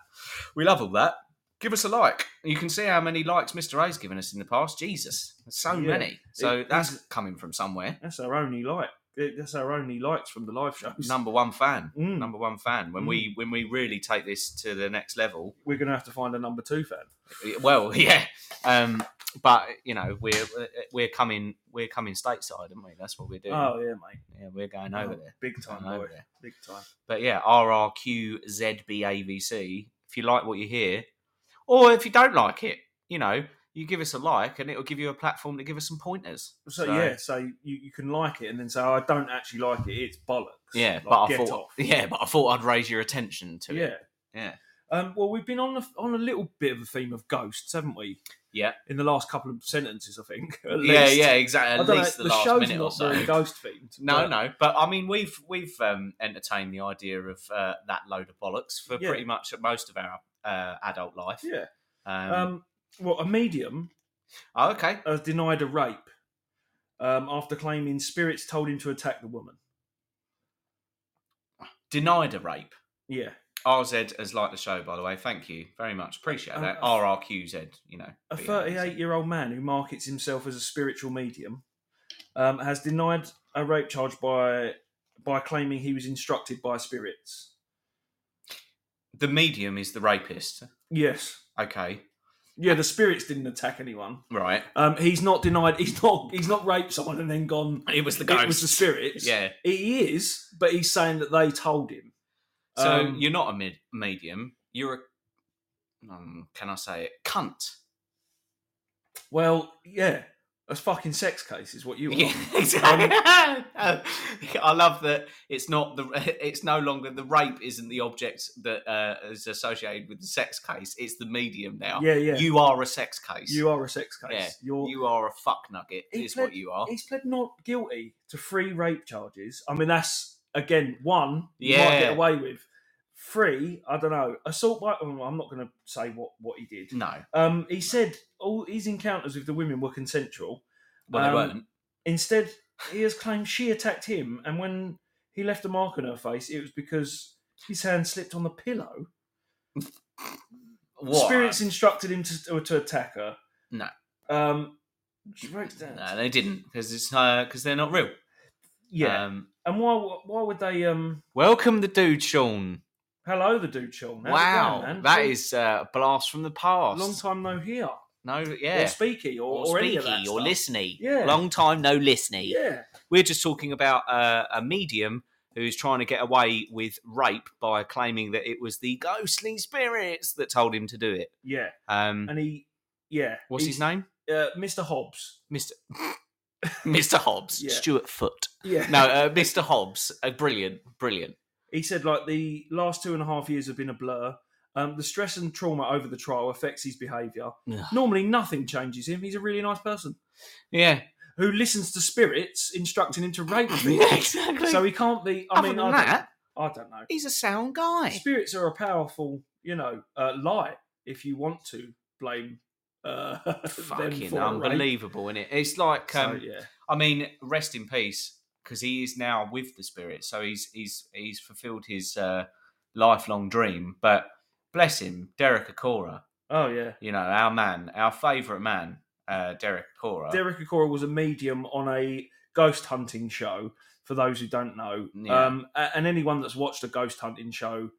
Speaker 1: We love all that. Give us a like. You can see how many likes Mister A's given us in the past. Jesus, there's so
Speaker 2: Yeah.
Speaker 1: many. So
Speaker 2: It-
Speaker 1: that's coming from somewhere.
Speaker 2: That's our only like. That's our only likes from the live shows.
Speaker 1: Number one fan.
Speaker 2: Mm.
Speaker 1: Number one fan. When
Speaker 2: Mm.
Speaker 1: we when we really take this to the next level,
Speaker 2: We're going to have to find a number two fan.
Speaker 1: well, yeah. Um, but you know, we're uh, we're coming we're coming stateside, aren't we? That's what we're doing.
Speaker 2: Oh yeah, mate.
Speaker 1: Yeah, we're going over
Speaker 2: Oh,
Speaker 1: there.
Speaker 2: Big time,
Speaker 1: Going over
Speaker 2: boy.
Speaker 1: there.
Speaker 2: Big time.
Speaker 1: But yeah, RRQZBAVC. If you like what you hear, or if you don't like it, you know, you give us a like and it'll give you a platform to give us some pointers.
Speaker 2: So, yeah, so you, you can like it and then say, oh, I don't actually like it. It's bollocks.
Speaker 1: Yeah,
Speaker 2: Like,
Speaker 1: but I
Speaker 2: get
Speaker 1: thought
Speaker 2: off.
Speaker 1: yeah, but I thought I'd raise your attention to
Speaker 2: yeah.
Speaker 1: it. Yeah.
Speaker 2: Um, well, we've been on a, on a little bit of a theme of ghosts, haven't we?
Speaker 1: Yeah.
Speaker 2: In the last couple of sentences, I think. at
Speaker 1: Yeah,
Speaker 2: least.
Speaker 1: yeah,
Speaker 2: I
Speaker 1: exactly. At
Speaker 2: don't
Speaker 1: least
Speaker 2: know,
Speaker 1: the, last
Speaker 2: show's
Speaker 1: minute
Speaker 2: not
Speaker 1: or so.
Speaker 2: very ghost themed.
Speaker 1: No,
Speaker 2: but-
Speaker 1: no, but I mean, we've we've um, entertained the idea of uh, that load of bollocks for
Speaker 2: Yeah.
Speaker 1: pretty much most of our uh, adult life.
Speaker 2: Yeah.
Speaker 1: Um,
Speaker 2: Um, well, a medium
Speaker 1: oh, okay.
Speaker 2: has denied a rape um, after claiming spirits told him to attack the woman.
Speaker 1: Denied a rape.
Speaker 2: Yeah.
Speaker 1: RZ has liked the show, by the way. Thank you very much. Appreciate that.
Speaker 2: Uh,
Speaker 1: RRQZ, you know.
Speaker 2: A
Speaker 1: but yeah,
Speaker 2: 38 year old man who markets himself as a spiritual medium um, has denied a rape charge by by claiming he was instructed by spirits.
Speaker 1: The medium is the rapist.
Speaker 2: Yes.
Speaker 1: Okay.
Speaker 2: Yeah, the spirits didn't attack anyone.
Speaker 1: Right.
Speaker 2: Um, he's not denied. He's not. He's not raped someone and then gone.
Speaker 1: It was the
Speaker 2: It was
Speaker 1: ghost.
Speaker 2: the spirits.
Speaker 1: yeah.
Speaker 2: he is, but he's saying that they told him.
Speaker 1: So
Speaker 2: Um,
Speaker 1: you're not a mid- medium. You're a. Um, can I say it? Cunt.
Speaker 2: Well, yeah, a fucking sex case is what you are. Um,
Speaker 1: Yeah, exactly. I love that it's not the. It's no longer the rape isn't the object that uh, is associated with the sex case. It's the medium now.
Speaker 2: yeah, yeah. You,
Speaker 1: You are a sex case.
Speaker 2: are a sex case.
Speaker 1: Yeah,
Speaker 2: You're.
Speaker 1: You are a fuck nugget.
Speaker 2: He
Speaker 1: Is
Speaker 2: pled-
Speaker 1: what you are.
Speaker 2: He's pled not guilty to three rape charges. I mean, that's again one you
Speaker 1: Yeah.
Speaker 2: might get away with. Three, I don't know. Assault by. oh, I'm not going to say what what he did.
Speaker 1: No.
Speaker 2: Um, he said all his encounters with the women were consensual.
Speaker 1: Well, they
Speaker 2: Um,
Speaker 1: weren't.
Speaker 2: Instead, he has claimed she attacked him, and when he left a mark on her face, it was because his hand slipped on the pillow.
Speaker 1: What?
Speaker 2: Spirits instructed him to, to attack her.
Speaker 1: No.
Speaker 2: Um, she wrote down.
Speaker 1: No, they didn't because it's because they're not real.
Speaker 2: Yeah.
Speaker 1: Um,
Speaker 2: and why? Why would they? Um.
Speaker 1: welcome the dude, Sean.
Speaker 2: Hello, the dude, Sean.
Speaker 1: wow,
Speaker 2: man?
Speaker 1: that
Speaker 2: Long-
Speaker 1: is uh, a blast from the past.
Speaker 2: long time no hear.
Speaker 1: No,
Speaker 2: Or
Speaker 1: yeah.
Speaker 2: speaky, or, or,
Speaker 4: or
Speaker 2: any of
Speaker 4: speaky,
Speaker 2: that
Speaker 4: or
Speaker 2: stuff.
Speaker 4: listening.
Speaker 2: Yeah.
Speaker 1: Long time no listening.
Speaker 2: Yeah.
Speaker 1: We're just talking about uh, a medium who's trying to get away with rape by claiming that it was the ghostly spirits that told him to do it.
Speaker 2: Yeah.
Speaker 1: Um,
Speaker 2: And he. Yeah.
Speaker 1: what's his name?
Speaker 2: Uh, Mr. Hobbs.
Speaker 1: Mr. Mr. Hobbs,
Speaker 2: Yeah.
Speaker 1: Stuart Foot.
Speaker 2: Yeah.
Speaker 1: No, uh, Mr. Hobbs, uh, brilliant, brilliant.
Speaker 2: He said, like, the last two and a half years have been a blur. Um, the stress and trauma over the trial affects his behaviour.
Speaker 1: Ugh.
Speaker 2: Normally, nothing changes him. He's a really nice person
Speaker 1: Yeah,
Speaker 2: who listens to spirits instructing him to rape people.
Speaker 1: Yeah, exactly.
Speaker 2: So he can't be. I
Speaker 1: Other
Speaker 2: mean,
Speaker 1: than
Speaker 2: I,
Speaker 1: that,
Speaker 2: Don't, I don't know.
Speaker 1: he's a sound guy.
Speaker 2: Spirits are a powerful, you know, uh, light. If you want to blame uh, them
Speaker 1: Fucking
Speaker 2: for rape.
Speaker 1: unbelievable, is it? It's like,
Speaker 2: So,
Speaker 1: um,
Speaker 2: yeah,
Speaker 1: I mean, rest in peace, because he is now with the spirit, so he's he's he's fulfilled his uh, lifelong dream. But bless him, Derek Acora,
Speaker 2: oh yeah.
Speaker 1: you know, our man, our favourite man, uh, Derek Acora.
Speaker 2: Derek Acora was a medium on a ghost hunting show. For those who don't know,
Speaker 1: Yeah.
Speaker 2: um, a- and anyone that's watched a ghost hunting show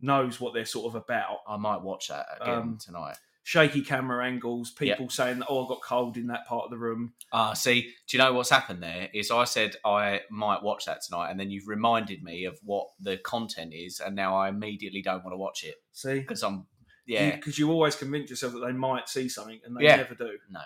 Speaker 2: knows what they're sort of about.
Speaker 1: I might watch that again
Speaker 2: Um,
Speaker 1: tonight.
Speaker 2: Shaky camera angles, people saying, "Oh, I got cold in that part of the room."
Speaker 1: Ah, see, do you know what's happened there? Is I said I might watch that tonight, and then you've reminded me of what the content is, and now I immediately don't want to watch it
Speaker 2: See,
Speaker 1: because I'm, yeah,
Speaker 2: because you, always convince yourself that they might see something, and they
Speaker 1: Yeah.
Speaker 2: never do.
Speaker 1: no,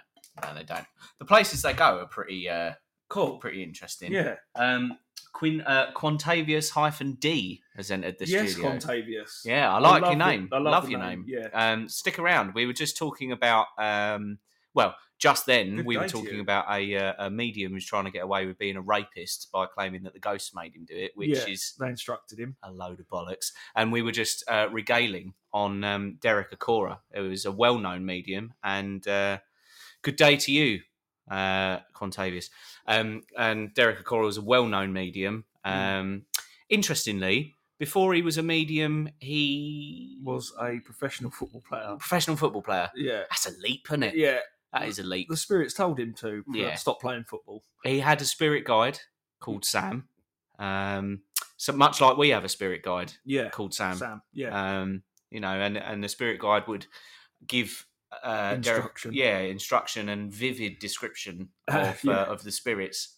Speaker 1: they don't. The places they go are pretty, uh,
Speaker 2: Cool.
Speaker 1: pretty interesting.
Speaker 2: Yeah.
Speaker 1: Um, Quin uh, Quantavius hyphen D has entered the
Speaker 2: yes,
Speaker 1: studio.
Speaker 2: Contavious.
Speaker 1: yeah, I like your
Speaker 2: love the-
Speaker 1: name.
Speaker 2: I
Speaker 1: I love,
Speaker 2: the
Speaker 1: your name.
Speaker 2: Yeah.
Speaker 1: Um, stick around. We were just talking about. Um, well, just then
Speaker 2: Good
Speaker 1: we were
Speaker 2: day to
Speaker 1: talking
Speaker 2: you.
Speaker 1: about a, uh, a medium who's trying to get away with being a rapist by claiming that the ghost made him do it, which
Speaker 2: Yeah.
Speaker 1: is
Speaker 2: They instructed him.
Speaker 1: a load of bollocks. And we were just uh, regaling on um, Derek Acora, who is a well-known medium. And uh, good day to you, uh, Quantavius. Um, and Derek Acora was a well-known medium.
Speaker 2: Hmm.
Speaker 1: Um, Interestingly, before he was a medium, he
Speaker 2: Was a professional football player.
Speaker 1: a professional football player.
Speaker 2: Yeah.
Speaker 1: That's a leap, isn't it?
Speaker 2: Yeah.
Speaker 1: That is a leap.
Speaker 2: The spirits told him to uh,
Speaker 1: Yeah.
Speaker 2: stop playing football.
Speaker 1: He had a spirit guide called Sam. Um, so much like we have a spirit guide
Speaker 2: Yeah.
Speaker 1: called
Speaker 2: Sam.
Speaker 1: Sam.
Speaker 2: Yeah.
Speaker 1: um, you know, and and the spirit guide would give uh,
Speaker 2: Instruction.
Speaker 1: Derek, yeah, instruction and vivid description
Speaker 2: Uh,
Speaker 1: of
Speaker 2: yeah.
Speaker 1: uh, of the spirits.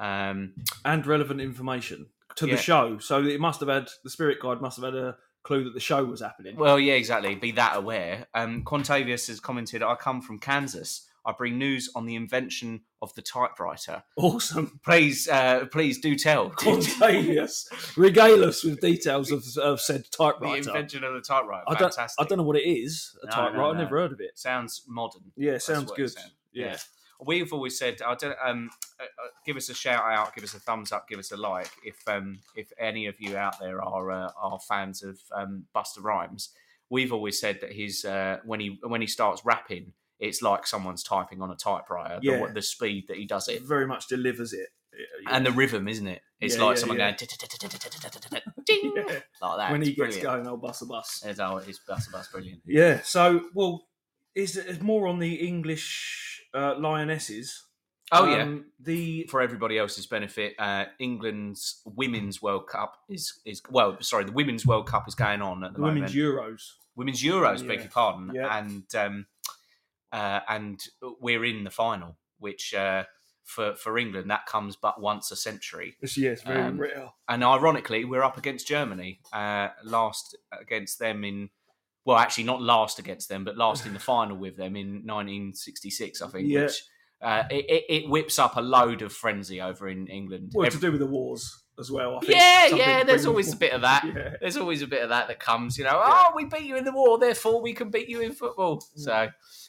Speaker 1: Um,
Speaker 2: and relevant information to
Speaker 1: Yeah.
Speaker 2: the show. So it must have had the spirit guide must have had a clue that the show was happening.
Speaker 1: well, yeah, exactly. Be that aware. Um, Quantavius has commented, "I come from Kansas. I bring news on the invention of the typewriter.
Speaker 2: awesome.
Speaker 1: Please, uh, please do tell."
Speaker 2: Contagious. Regale us with details of, of said
Speaker 1: The
Speaker 2: typewriter.
Speaker 1: invention of the typewriter.
Speaker 2: I don't,
Speaker 1: Fantastic.
Speaker 2: I don't know what it is. A
Speaker 1: No,
Speaker 2: typewriter.
Speaker 1: no,
Speaker 2: I
Speaker 1: no.
Speaker 2: never heard of it.
Speaker 1: Sounds modern.
Speaker 2: Yeah,
Speaker 1: That's
Speaker 2: sounds
Speaker 1: what it
Speaker 2: good.
Speaker 1: sounds.
Speaker 2: Yeah.
Speaker 1: Yeah. we've always said, I don't, um, uh, uh, give us a shout out, give us a thumbs up, give us a like if um, if any of you out there are uh, are fans of um, Buster Rhymes. We've always said that his uh, when he when he starts rapping, it's like someone's typing on a typewriter. The,
Speaker 2: Yeah.
Speaker 1: wa- the speed that he does it
Speaker 2: It very much delivers it. Yeah.
Speaker 1: and the rhythm, isn't it? It's
Speaker 2: Yeah,
Speaker 1: like
Speaker 2: yeah,
Speaker 1: someone
Speaker 2: yeah.
Speaker 1: going ding
Speaker 2: Yeah.
Speaker 1: like that.
Speaker 2: when
Speaker 1: It's
Speaker 2: he gets
Speaker 1: brilliant.
Speaker 2: going, I'll bus a bus.
Speaker 1: It's, oh, it's Buster Bus brilliant.
Speaker 2: Yeah. So, well, is it's more on the English uh, lionesses.
Speaker 1: Oh yeah.
Speaker 2: Um, the
Speaker 1: for everybody else's benefit, uh, England's Women's World Cup is is well, sorry, the Women's World Cup is going on at the
Speaker 2: the women's
Speaker 1: moment.
Speaker 2: Euros.
Speaker 1: women's Euros,
Speaker 2: Yeah.
Speaker 1: beg your pardon,
Speaker 2: Yeah.
Speaker 1: and um, uh, and we're in the final, which uh, for for England that comes but once a century,
Speaker 2: Yes, yes, very
Speaker 1: Um,
Speaker 2: rare.
Speaker 1: and ironically we're up against Germany, uh, last against them in. Well, actually, not last against them, but last in the final with them in 1966, I think.
Speaker 2: Yeah.
Speaker 1: Which uh, it, it, it whips up a load of frenzy over in England.
Speaker 2: Well,
Speaker 1: Ev-
Speaker 2: to do with the wars. as well. I think
Speaker 1: Yeah,
Speaker 2: some
Speaker 1: yeah.
Speaker 2: people
Speaker 1: There's
Speaker 2: bring
Speaker 1: always a
Speaker 2: them
Speaker 1: bit of that.
Speaker 2: forward. Yeah.
Speaker 1: There's always a bit of that that comes, you know. Oh, we beat you in the war, therefore we can beat you in football.
Speaker 2: Mm.
Speaker 1: So,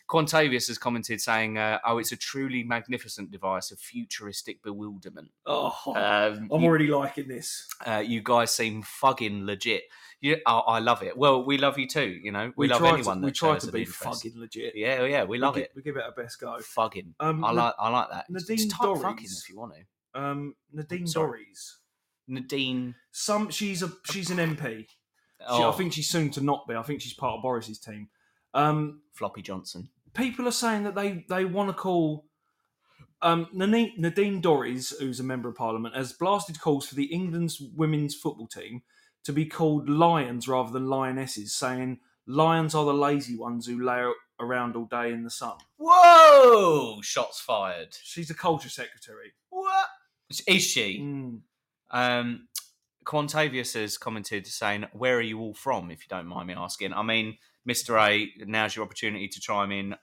Speaker 1: Quantavius has commented saying, uh, "Oh, it's a truly magnificent device of futuristic bewilderment."
Speaker 2: Oh,
Speaker 1: Um,
Speaker 2: I'm
Speaker 1: you,
Speaker 2: already liking this.
Speaker 1: uh, you guys seem fucking legit. You, oh, I love it. Well, we love you too. You know, we, love
Speaker 2: try
Speaker 1: anyone
Speaker 2: To,
Speaker 1: that
Speaker 2: we try
Speaker 1: shows
Speaker 2: to
Speaker 1: an
Speaker 2: be
Speaker 1: interest.
Speaker 2: fucking legit.
Speaker 1: Yeah, yeah, we love
Speaker 2: gi-
Speaker 1: it.
Speaker 2: We give it our best go.
Speaker 1: Fucking.
Speaker 2: Um,
Speaker 1: I like, I like that.
Speaker 2: Nadine
Speaker 1: Just type
Speaker 2: Dorries.
Speaker 1: fucking if you want to.
Speaker 2: um, Nadine
Speaker 1: Sorry.
Speaker 2: Dorries.
Speaker 1: Nadine.
Speaker 2: Some she's a she's an MP. She,
Speaker 1: Oh,
Speaker 2: I think she's soon to not be. I think she's part of Boris's team. Um,
Speaker 1: Floppy Johnson.
Speaker 2: people are saying that they they want to call um, Nadine, Nadine Dorries, who's a member of Parliament, has blasted calls for the England's women's football team to be called Lions rather than Lionesses, saying Lions are the lazy ones who lay around all day in the sun.
Speaker 1: Whoa! Shots fired.
Speaker 2: She's the culture secretary.
Speaker 1: What is she?
Speaker 2: Mm.
Speaker 1: Um, Quantavius has commented saying, "Where are you all from? If you don't mind me asking." I mean, Mister A, now's your opportunity to chime in.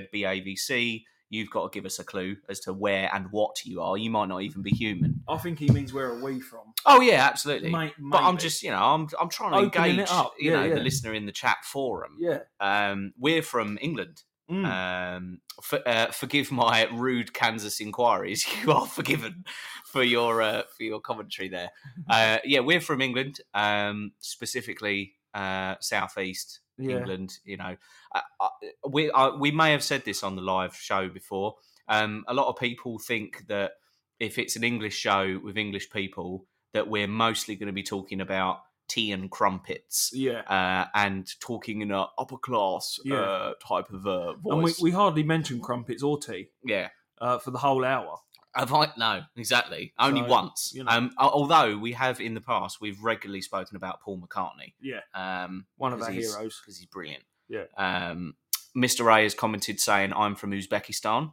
Speaker 1: RRQZBAVC. You've got to give us a clue as to where and what you are. You might not even be human.
Speaker 2: I think he means where are we from?
Speaker 1: Oh yeah, absolutely.
Speaker 2: Mate,
Speaker 1: But I'm
Speaker 2: maybe.
Speaker 1: just, you know, I'm I'm trying to
Speaker 2: Opening it
Speaker 1: engage,
Speaker 2: up.
Speaker 1: you
Speaker 2: Yeah,
Speaker 1: know,
Speaker 2: yeah.
Speaker 1: the listener in the chat forum.
Speaker 2: yeah.
Speaker 1: Um, we're from England.
Speaker 2: Mm.
Speaker 1: Um, for, uh, forgive my rude Kansas inquiries. You are forgiven for your uh, for your commentary there. Uh, yeah, we're from England, um, specifically uh, southeast
Speaker 2: Yeah.
Speaker 1: England. You know, uh, uh, we uh, we may have said this on the live show before. Um, a lot of people think that if it's an English show with English people, that we're mostly going to be talking about tea and crumpets
Speaker 2: Yeah.
Speaker 1: uh, and talking in a upper class
Speaker 2: Yeah.
Speaker 1: uh, type of uh,
Speaker 2: And we,
Speaker 1: voice.
Speaker 2: we hardly mention crumpets or tea
Speaker 1: yeah,
Speaker 2: uh, for the whole hour.
Speaker 1: have I? No, exactly. Only
Speaker 2: So,
Speaker 1: once.
Speaker 2: you know.
Speaker 1: Um, al- although we have in the past, we've regularly spoken about Paul McCartney.
Speaker 2: Yeah.
Speaker 1: Um,
Speaker 2: One of
Speaker 1: Because
Speaker 2: our
Speaker 1: he's-
Speaker 2: heroes.
Speaker 1: because he's brilliant.
Speaker 2: Yeah.
Speaker 1: Um, Mr. Ray has commented saying, "I'm from Uzbekistan."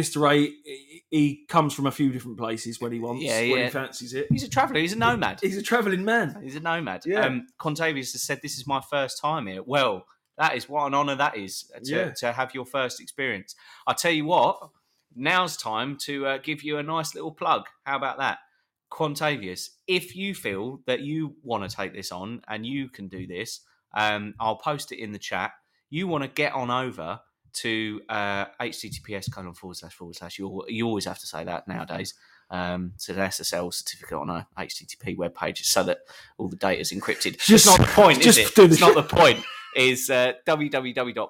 Speaker 2: Mr. A, he- he comes from a few different places when he wants,
Speaker 1: Yeah,
Speaker 2: when
Speaker 1: yeah.
Speaker 2: he fancies it.
Speaker 1: He's a traveller. He's a nomad.
Speaker 2: He's a travelling man.
Speaker 1: He's a nomad.
Speaker 2: Yeah.
Speaker 1: Um, Contavious has said, "This is my first time here." Well, that is what an honour that is to,
Speaker 2: Yeah.
Speaker 1: to have your first experience. I tell you what, now's time to uh, give you a nice little plug. How about that, Quantavius? If you feel that you want to take this on and you can do this, um, I'll post it in the chat. You want to get on over to uh, https colon forward slash forward slash. You you always have to say that nowadays. Um, so an SSL certificate on a HTTP web page so that all the data is encrypted. It's
Speaker 2: just-
Speaker 1: not the point,
Speaker 2: just
Speaker 1: is it?
Speaker 2: do the
Speaker 1: It's not the point. Is uh,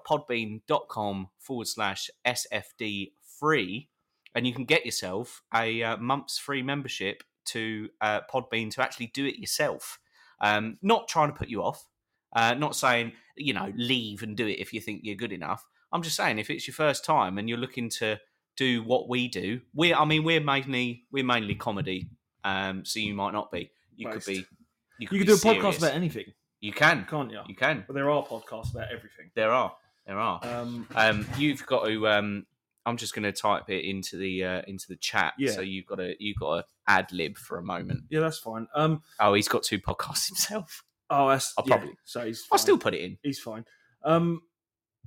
Speaker 1: www.podbean.com forward slash SFD free, and you can get yourself a uh, month's free membership to uh, Podbean to actually do it yourself. Um, not trying to put you off, uh, not saying, you know, leave and do it if you think you're good enough. I'm just saying, if it's your first time and you're looking to do what we do, we I mean, we're mainly we're mainly comedy, um, so you might not be. You
Speaker 2: Based.
Speaker 1: could be.
Speaker 2: You
Speaker 1: could
Speaker 2: can do a
Speaker 1: be
Speaker 2: podcast
Speaker 1: serious.
Speaker 2: about anything,
Speaker 1: You can.
Speaker 2: can't you?
Speaker 1: You can.
Speaker 2: But there are podcasts about everything.
Speaker 1: There are. There are.
Speaker 2: Um,
Speaker 1: Um, you've got to. Um, I'm just going to type it into the uh, into the chat.
Speaker 2: Yeah.
Speaker 1: So you've got to you've got to ad lib for a moment.
Speaker 2: yeah, that's fine. Um,
Speaker 1: Oh, he's got two podcasts himself.
Speaker 2: oh, that's
Speaker 1: I'll
Speaker 2: yeah,
Speaker 1: probably-
Speaker 2: So he's
Speaker 1: I'll
Speaker 2: fine.
Speaker 1: still put it in.
Speaker 2: he's fine. Um,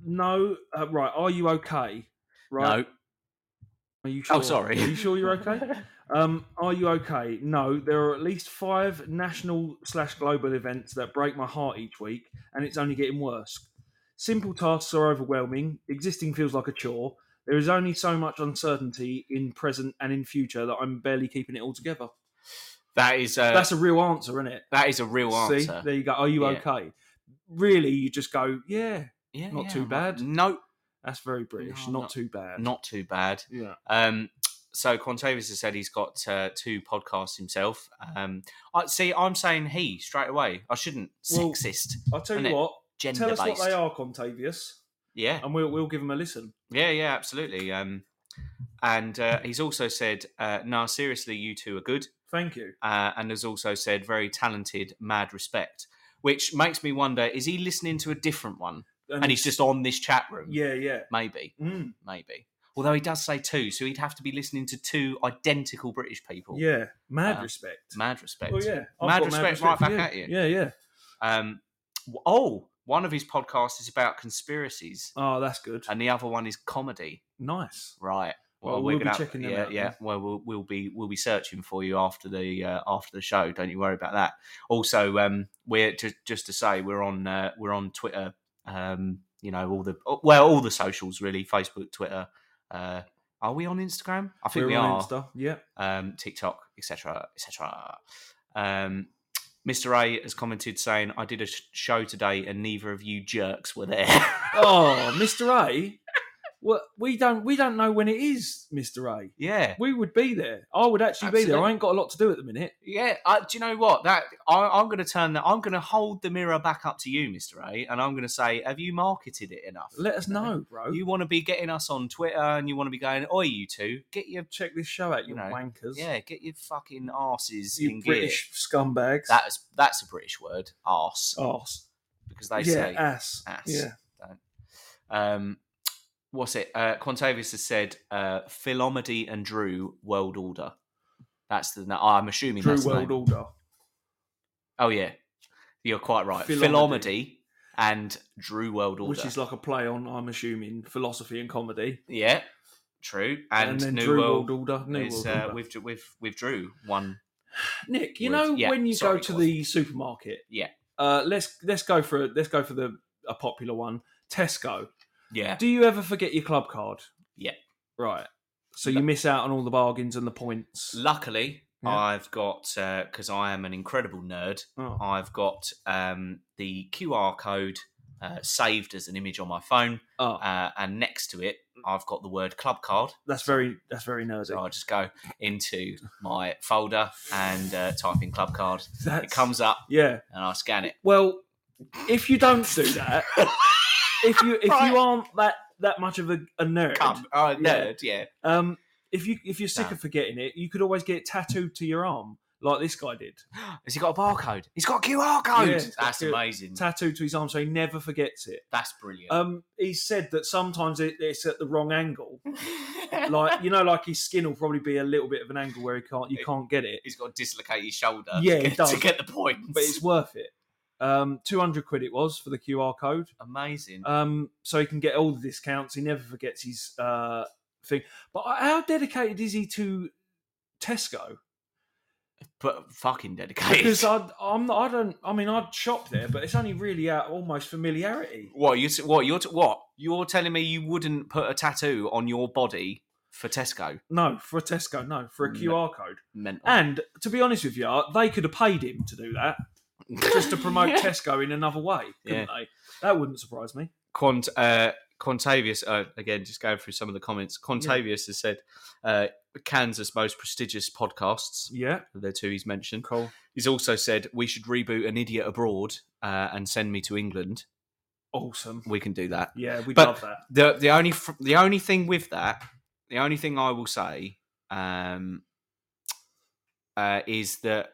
Speaker 2: no, uh, right. Are you okay? Right.
Speaker 1: No.
Speaker 2: Are you sure?
Speaker 1: Oh, sorry.
Speaker 2: Are you sure you're okay? Um, are you okay? No, there are at least five national slash global events that break my heart each week, and it's only getting worse. Simple tasks are overwhelming. Existing feels like a chore. There is only so much uncertainty in present and in future that I'm barely keeping it all together.
Speaker 1: That is a
Speaker 2: That's a real answer, isn't it?
Speaker 1: that is a Uh, real
Speaker 2: See,
Speaker 1: answer.
Speaker 2: there you go. Are you
Speaker 1: Yeah.
Speaker 2: okay? Really, you just go, yeah,
Speaker 1: Yeah,
Speaker 2: not
Speaker 1: yeah,
Speaker 2: too
Speaker 1: I'm
Speaker 2: bad.
Speaker 1: No,
Speaker 2: that's very British.
Speaker 1: No,
Speaker 2: not
Speaker 1: not-
Speaker 2: too bad.
Speaker 1: not too bad.
Speaker 2: yeah.
Speaker 1: Um, so Quantavis has said he's got uh, two podcasts himself. Um, I see. I'm saying he straight away. I shouldn't
Speaker 2: Well,
Speaker 1: sexist,
Speaker 2: I'll tell
Speaker 1: Isn't
Speaker 2: you
Speaker 1: it?
Speaker 2: what.
Speaker 1: gender
Speaker 2: Tell us
Speaker 1: based.
Speaker 2: what they are, Contavious,
Speaker 1: Yeah,
Speaker 2: and we'll we'll give them a listen.
Speaker 1: Yeah, yeah, absolutely. Um, and uh, he's also said, uh, "Nah, seriously, you two are good."
Speaker 2: Thank you.
Speaker 1: Uh, and has also said, "Very talented, mad respect," which makes me wonder: is he listening to a different one, and he's just on this chat room?
Speaker 2: yeah, yeah.
Speaker 1: maybe,
Speaker 2: Mm,
Speaker 1: maybe. Although he does say two, so he'd have to be listening to two identical British people.
Speaker 2: yeah. Mad
Speaker 1: Uh,
Speaker 2: respect.
Speaker 1: Mad respect.
Speaker 2: Oh yeah.
Speaker 1: Mad
Speaker 2: got
Speaker 1: respect right
Speaker 2: for
Speaker 1: back at you.
Speaker 2: Yeah, yeah.
Speaker 1: Um, w- oh, one of his podcasts is about conspiracies,
Speaker 2: Oh, that's good.
Speaker 1: and the other one is comedy.
Speaker 2: Nice.
Speaker 1: Right.
Speaker 2: Well, we'll be
Speaker 1: gonna-
Speaker 2: checking them
Speaker 1: yeah,
Speaker 2: out,
Speaker 1: yeah.
Speaker 2: yeah.
Speaker 1: Well, we'll we'll be we'll be searching for you after the uh, after the show. Don't you worry about that. Also, um, we're to, just to say we're on uh, we're on Twitter. Um, you know all the well all the socials really Facebook, Twitter. Uh, are we on Instagram? I think
Speaker 2: We're
Speaker 1: we
Speaker 2: on
Speaker 1: are.
Speaker 2: Insta, Yeah.
Speaker 1: um, TikTok, etc., etc. Um, Mr. A has commented saying, "I did a sh- show today, and neither of you jerks were there."
Speaker 2: Oh, Mr. A. Well, we don't we don't know when it is, Mr. A.
Speaker 1: yeah,
Speaker 2: We would be there. I would actually be there.
Speaker 1: Absolutely.
Speaker 2: I ain't got a lot to do at the minute.
Speaker 1: yeah. Uh, do you know what? That I, I'm going to turn that. I'm going to hold the mirror back up to you, Mr. A, and I'm going to say, "Have you marketed it enough?
Speaker 2: Let us know, bro.
Speaker 1: You want to be getting us on Twitter, and you want to be going, "Oi, you two, get your
Speaker 2: check this show out,
Speaker 1: You
Speaker 2: you
Speaker 1: know,
Speaker 2: wankers.
Speaker 1: yeah, get your fucking asses in
Speaker 2: you British scumbags.
Speaker 1: gear." That's that's a British word, arse,
Speaker 2: ass.
Speaker 1: because they
Speaker 2: yeah,
Speaker 1: say
Speaker 2: ass.
Speaker 1: ass.
Speaker 2: Yeah.
Speaker 1: Um, what's it? Uh, Quantavius has said, uh, Philomedy and Drew World Order. That's the. na- I'm assuming
Speaker 2: Drew
Speaker 1: that's the
Speaker 2: World
Speaker 1: name.
Speaker 2: Order.
Speaker 1: Oh yeah, you're quite right. Philomedy,
Speaker 2: Philomedy.
Speaker 1: and Drew World Order.
Speaker 2: Which is like a play on, I'm assuming, philosophy and comedy.
Speaker 1: yeah, true. And,
Speaker 2: then
Speaker 1: New
Speaker 2: Drew
Speaker 1: World,
Speaker 2: Order. New
Speaker 1: is
Speaker 2: World
Speaker 1: uh,
Speaker 2: Order.
Speaker 1: with with with Drew one.
Speaker 2: Nick, you
Speaker 1: with-
Speaker 2: know
Speaker 1: yeah,
Speaker 2: when you
Speaker 1: sorry,
Speaker 2: go to
Speaker 1: go on.
Speaker 2: the supermarket,
Speaker 1: Yeah.
Speaker 2: Uh, let's let's go for let's go for the a popular one, Tesco.
Speaker 1: Yeah,
Speaker 2: Do you ever forget your club card?
Speaker 1: Yeah.
Speaker 2: Right. So you miss out on all the bargains and the points.
Speaker 1: luckily.
Speaker 2: Yeah.
Speaker 1: I've got because I am an incredible nerd.
Speaker 2: Oh.
Speaker 1: I've got um, the QR code uh, saved as an image on my phone,
Speaker 2: Oh,
Speaker 1: uh, and next to it I've got the word club card.
Speaker 2: that's very that's very nerdy.
Speaker 1: So I just go into my folder and uh, type in club card.
Speaker 2: That's-
Speaker 1: It comes up
Speaker 2: Yeah.
Speaker 1: and I scan it.
Speaker 2: Well, if you don't do that, if you if
Speaker 1: Right.
Speaker 2: you aren't that that much of a, a nerd,
Speaker 1: Come, oh nerd, yeah.
Speaker 2: um, if you if you're sick
Speaker 1: No.
Speaker 2: of forgetting it, you could always get it tattooed to your arm, like this guy did,
Speaker 1: Has he got a barcode? He's got a QR code.
Speaker 2: Yeah, it's got
Speaker 1: That's
Speaker 2: Q-
Speaker 1: amazing.
Speaker 2: tattooed to his arm, so he never forgets it.
Speaker 1: That's brilliant.
Speaker 2: Um, he said that sometimes it, it's at the wrong angle, like you know, like his skin will probably be a little bit of an angle where he can't you can't get it,
Speaker 1: He's got to dislocate his shoulder.
Speaker 2: Yeah,
Speaker 1: to
Speaker 2: he
Speaker 1: get,
Speaker 2: does.
Speaker 1: to get the points.
Speaker 2: but it's worth it. Um, two hundred quid it was for the QR code.
Speaker 1: amazing.
Speaker 2: um, so he can get all the discounts. He never forgets his uh, thing. But uh, how dedicated is he to Tesco?
Speaker 1: but fucking dedicated.
Speaker 2: Because I, I'm, I don't. I mean, I'd shop there, but it's only really out almost familiarity.
Speaker 1: What you what you're t- what you're telling me you wouldn't put a tattoo on your body for Tesco?
Speaker 2: No, for a Tesco, no, for a
Speaker 1: No.
Speaker 2: QR code.
Speaker 1: Mental.
Speaker 2: And to be honest with you, uh, they could have paid him to do that just to promote
Speaker 1: Yeah.
Speaker 2: Tesco in another way, couldn't they? That wouldn't surprise me.
Speaker 1: Quant uh, Quantavius uh, again, just going through some of the comments. Quantavius has said uh, Kansas' most prestigious podcasts.
Speaker 2: Yeah,
Speaker 1: The two he's mentioned.
Speaker 2: cool.
Speaker 1: He's also said we should reboot an idiot abroad uh, and send me to England.
Speaker 2: Awesome.
Speaker 1: We can do that.
Speaker 2: Yeah, we
Speaker 1: But-
Speaker 2: love that.
Speaker 1: the The only fr- the only thing with that, the only thing I will say, um, uh, is that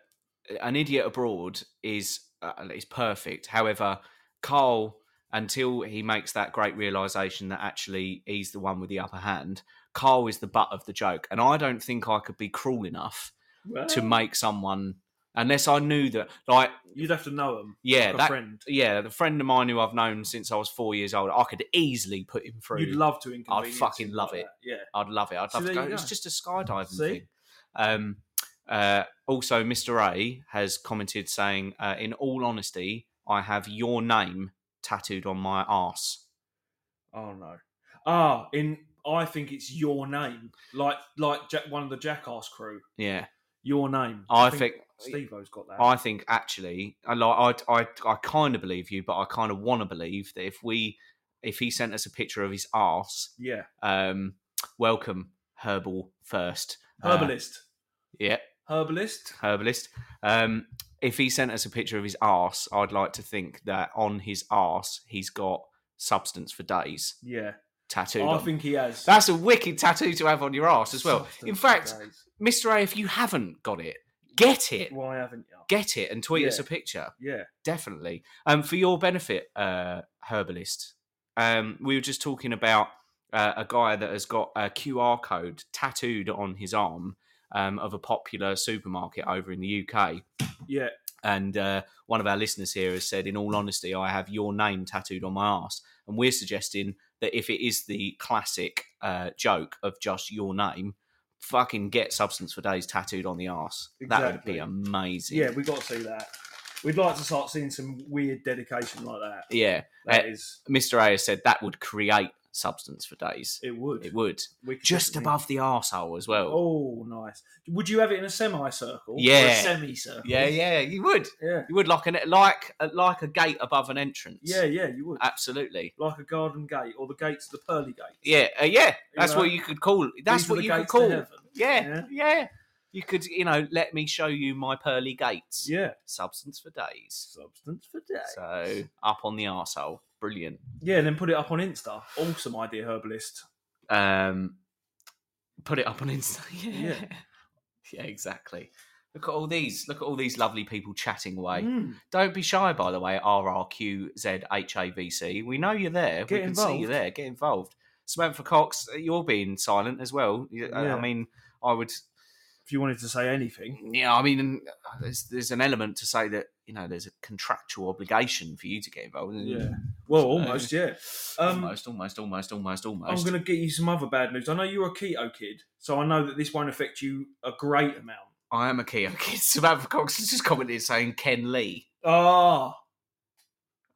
Speaker 1: an idiot abroad is uh, is perfect. However, Carl, until he makes that great realization that actually he's the one with the upper hand, Carl is the butt of the joke, and I don't think I could be cruel enough
Speaker 2: Well,
Speaker 1: to make someone unless I knew that, like,
Speaker 2: you'd have to know him.
Speaker 1: yeah,
Speaker 2: like a
Speaker 1: that.
Speaker 2: friend.
Speaker 1: Yeah, the friend of mine who I've known since I was four years old, I could easily put him through.
Speaker 2: You'd love to inconvenience.
Speaker 1: fucking
Speaker 2: him
Speaker 1: love
Speaker 2: like
Speaker 1: it.
Speaker 2: that. Yeah.
Speaker 1: I'd love it. I'd
Speaker 2: So
Speaker 1: love to
Speaker 2: there
Speaker 1: go.
Speaker 2: you
Speaker 1: It's
Speaker 2: go.
Speaker 1: just a skydiving
Speaker 2: See?
Speaker 1: thing. Um, uh, also, Mr. A has commented saying, uh, "In all honesty, I have your name tattooed on my arse."
Speaker 2: Oh no. Ah, in I think it's your name, like like Jack, one of the Jackass crew.
Speaker 1: Yeah,
Speaker 2: Your name.
Speaker 1: I think.
Speaker 2: Steve-O's got that.
Speaker 1: I think actually, I like. I I, I kind of believe you, but I kind of want to believe that if we, if he sent us a picture of his arse,
Speaker 2: yeah,
Speaker 1: um, welcome herbal first. Uh,
Speaker 2: herbalist.
Speaker 1: yeah,
Speaker 2: herbalist.
Speaker 1: herbalist. Um, if he sent us a picture of his arse, I'd like to think that on his arse he's got substance for days
Speaker 2: Yeah,
Speaker 1: tattooed.
Speaker 2: Oh, I
Speaker 1: on.
Speaker 2: think he has.
Speaker 1: That's a wicked tattoo to have on your arse as well.
Speaker 2: Substance
Speaker 1: In fact,
Speaker 2: days.
Speaker 1: Mr. A, if you haven't got it, get it.
Speaker 2: why haven't you?
Speaker 1: Get it and tweet us a
Speaker 2: Yeah.
Speaker 1: picture.
Speaker 2: Yeah,
Speaker 1: Definitely. Um, for your benefit, uh, herbalist, um, we were just talking about uh, a guy that has got a QR code tattooed on his arm um, of a popular supermarket over in the UK.
Speaker 2: yeah.
Speaker 1: And uh, one of our listeners here has said, in all honesty, I have your name tattooed on my ass. And we're suggesting that if it is the classic uh, joke of just your name, fucking get Substance for Days tattooed on the ass. That would
Speaker 2: Exactly.
Speaker 1: be amazing.
Speaker 2: Yeah, we got to see that. We'd like to start seeing some weird dedication like that.
Speaker 1: Yeah.
Speaker 2: That
Speaker 1: Uh,
Speaker 2: is,
Speaker 1: Mr. A has said that would create Substance for Days.
Speaker 2: it would.
Speaker 1: It would.
Speaker 2: We could
Speaker 1: Just
Speaker 2: definitely-
Speaker 1: above the arsehole as well.
Speaker 2: Oh, nice. Would you have it in a semicircle? Or a
Speaker 1: Yeah.
Speaker 2: semicircle.
Speaker 1: Yeah, yeah, you would.
Speaker 2: Yeah.
Speaker 1: You would like an like like a gate above an entrance.
Speaker 2: Yeah, yeah, you
Speaker 1: Uh,
Speaker 2: would.
Speaker 1: absolutely.
Speaker 2: like a garden gate or the gates of the pearly gate.
Speaker 1: Yeah, uh, yeah. That's
Speaker 2: know,
Speaker 1: what you could call. That's
Speaker 2: These are
Speaker 1: what
Speaker 2: the
Speaker 1: you could
Speaker 2: gates to
Speaker 1: call. Yeah,
Speaker 2: heaven.
Speaker 1: yeah, You could, you know, let me show you my pearly gates.
Speaker 2: Yeah.
Speaker 1: Substance for days.
Speaker 2: Substance for day.
Speaker 1: So up on the arsehole. Brilliant.
Speaker 2: Yeah, then put it up on Insta. Awesome idea, herbalist.
Speaker 1: Um, put it up on Insta. Yeah.
Speaker 2: Yeah.
Speaker 1: yeah, exactly. Look at all these. Look at all these lovely people chatting away.
Speaker 2: Mm,
Speaker 1: Don't be shy, by the way. R R Q Z H A V C. We know you're there. we
Speaker 2: Get
Speaker 1: can see you
Speaker 2: involved.
Speaker 1: there. Get involved. Samantha Cox, you're being silent as well. You- I-
Speaker 2: Yeah.
Speaker 1: I mean, I would.
Speaker 2: if you wanted to say anything.
Speaker 1: Yeah, I mean, there's there's an element to say that you know there's a contractual obligation for you to get involved.
Speaker 2: Yeah. Well, almost, yeah. Um,
Speaker 1: Mm. almost, almost, almost, almost,
Speaker 2: I'm
Speaker 1: almost.
Speaker 2: going to get you some other bad news. I know you're a keto kid, so I know that this won't affect you a great amount.
Speaker 1: I am a Keogh kid. Samantha Cox has just commented saying Ken Lee.
Speaker 2: Ah,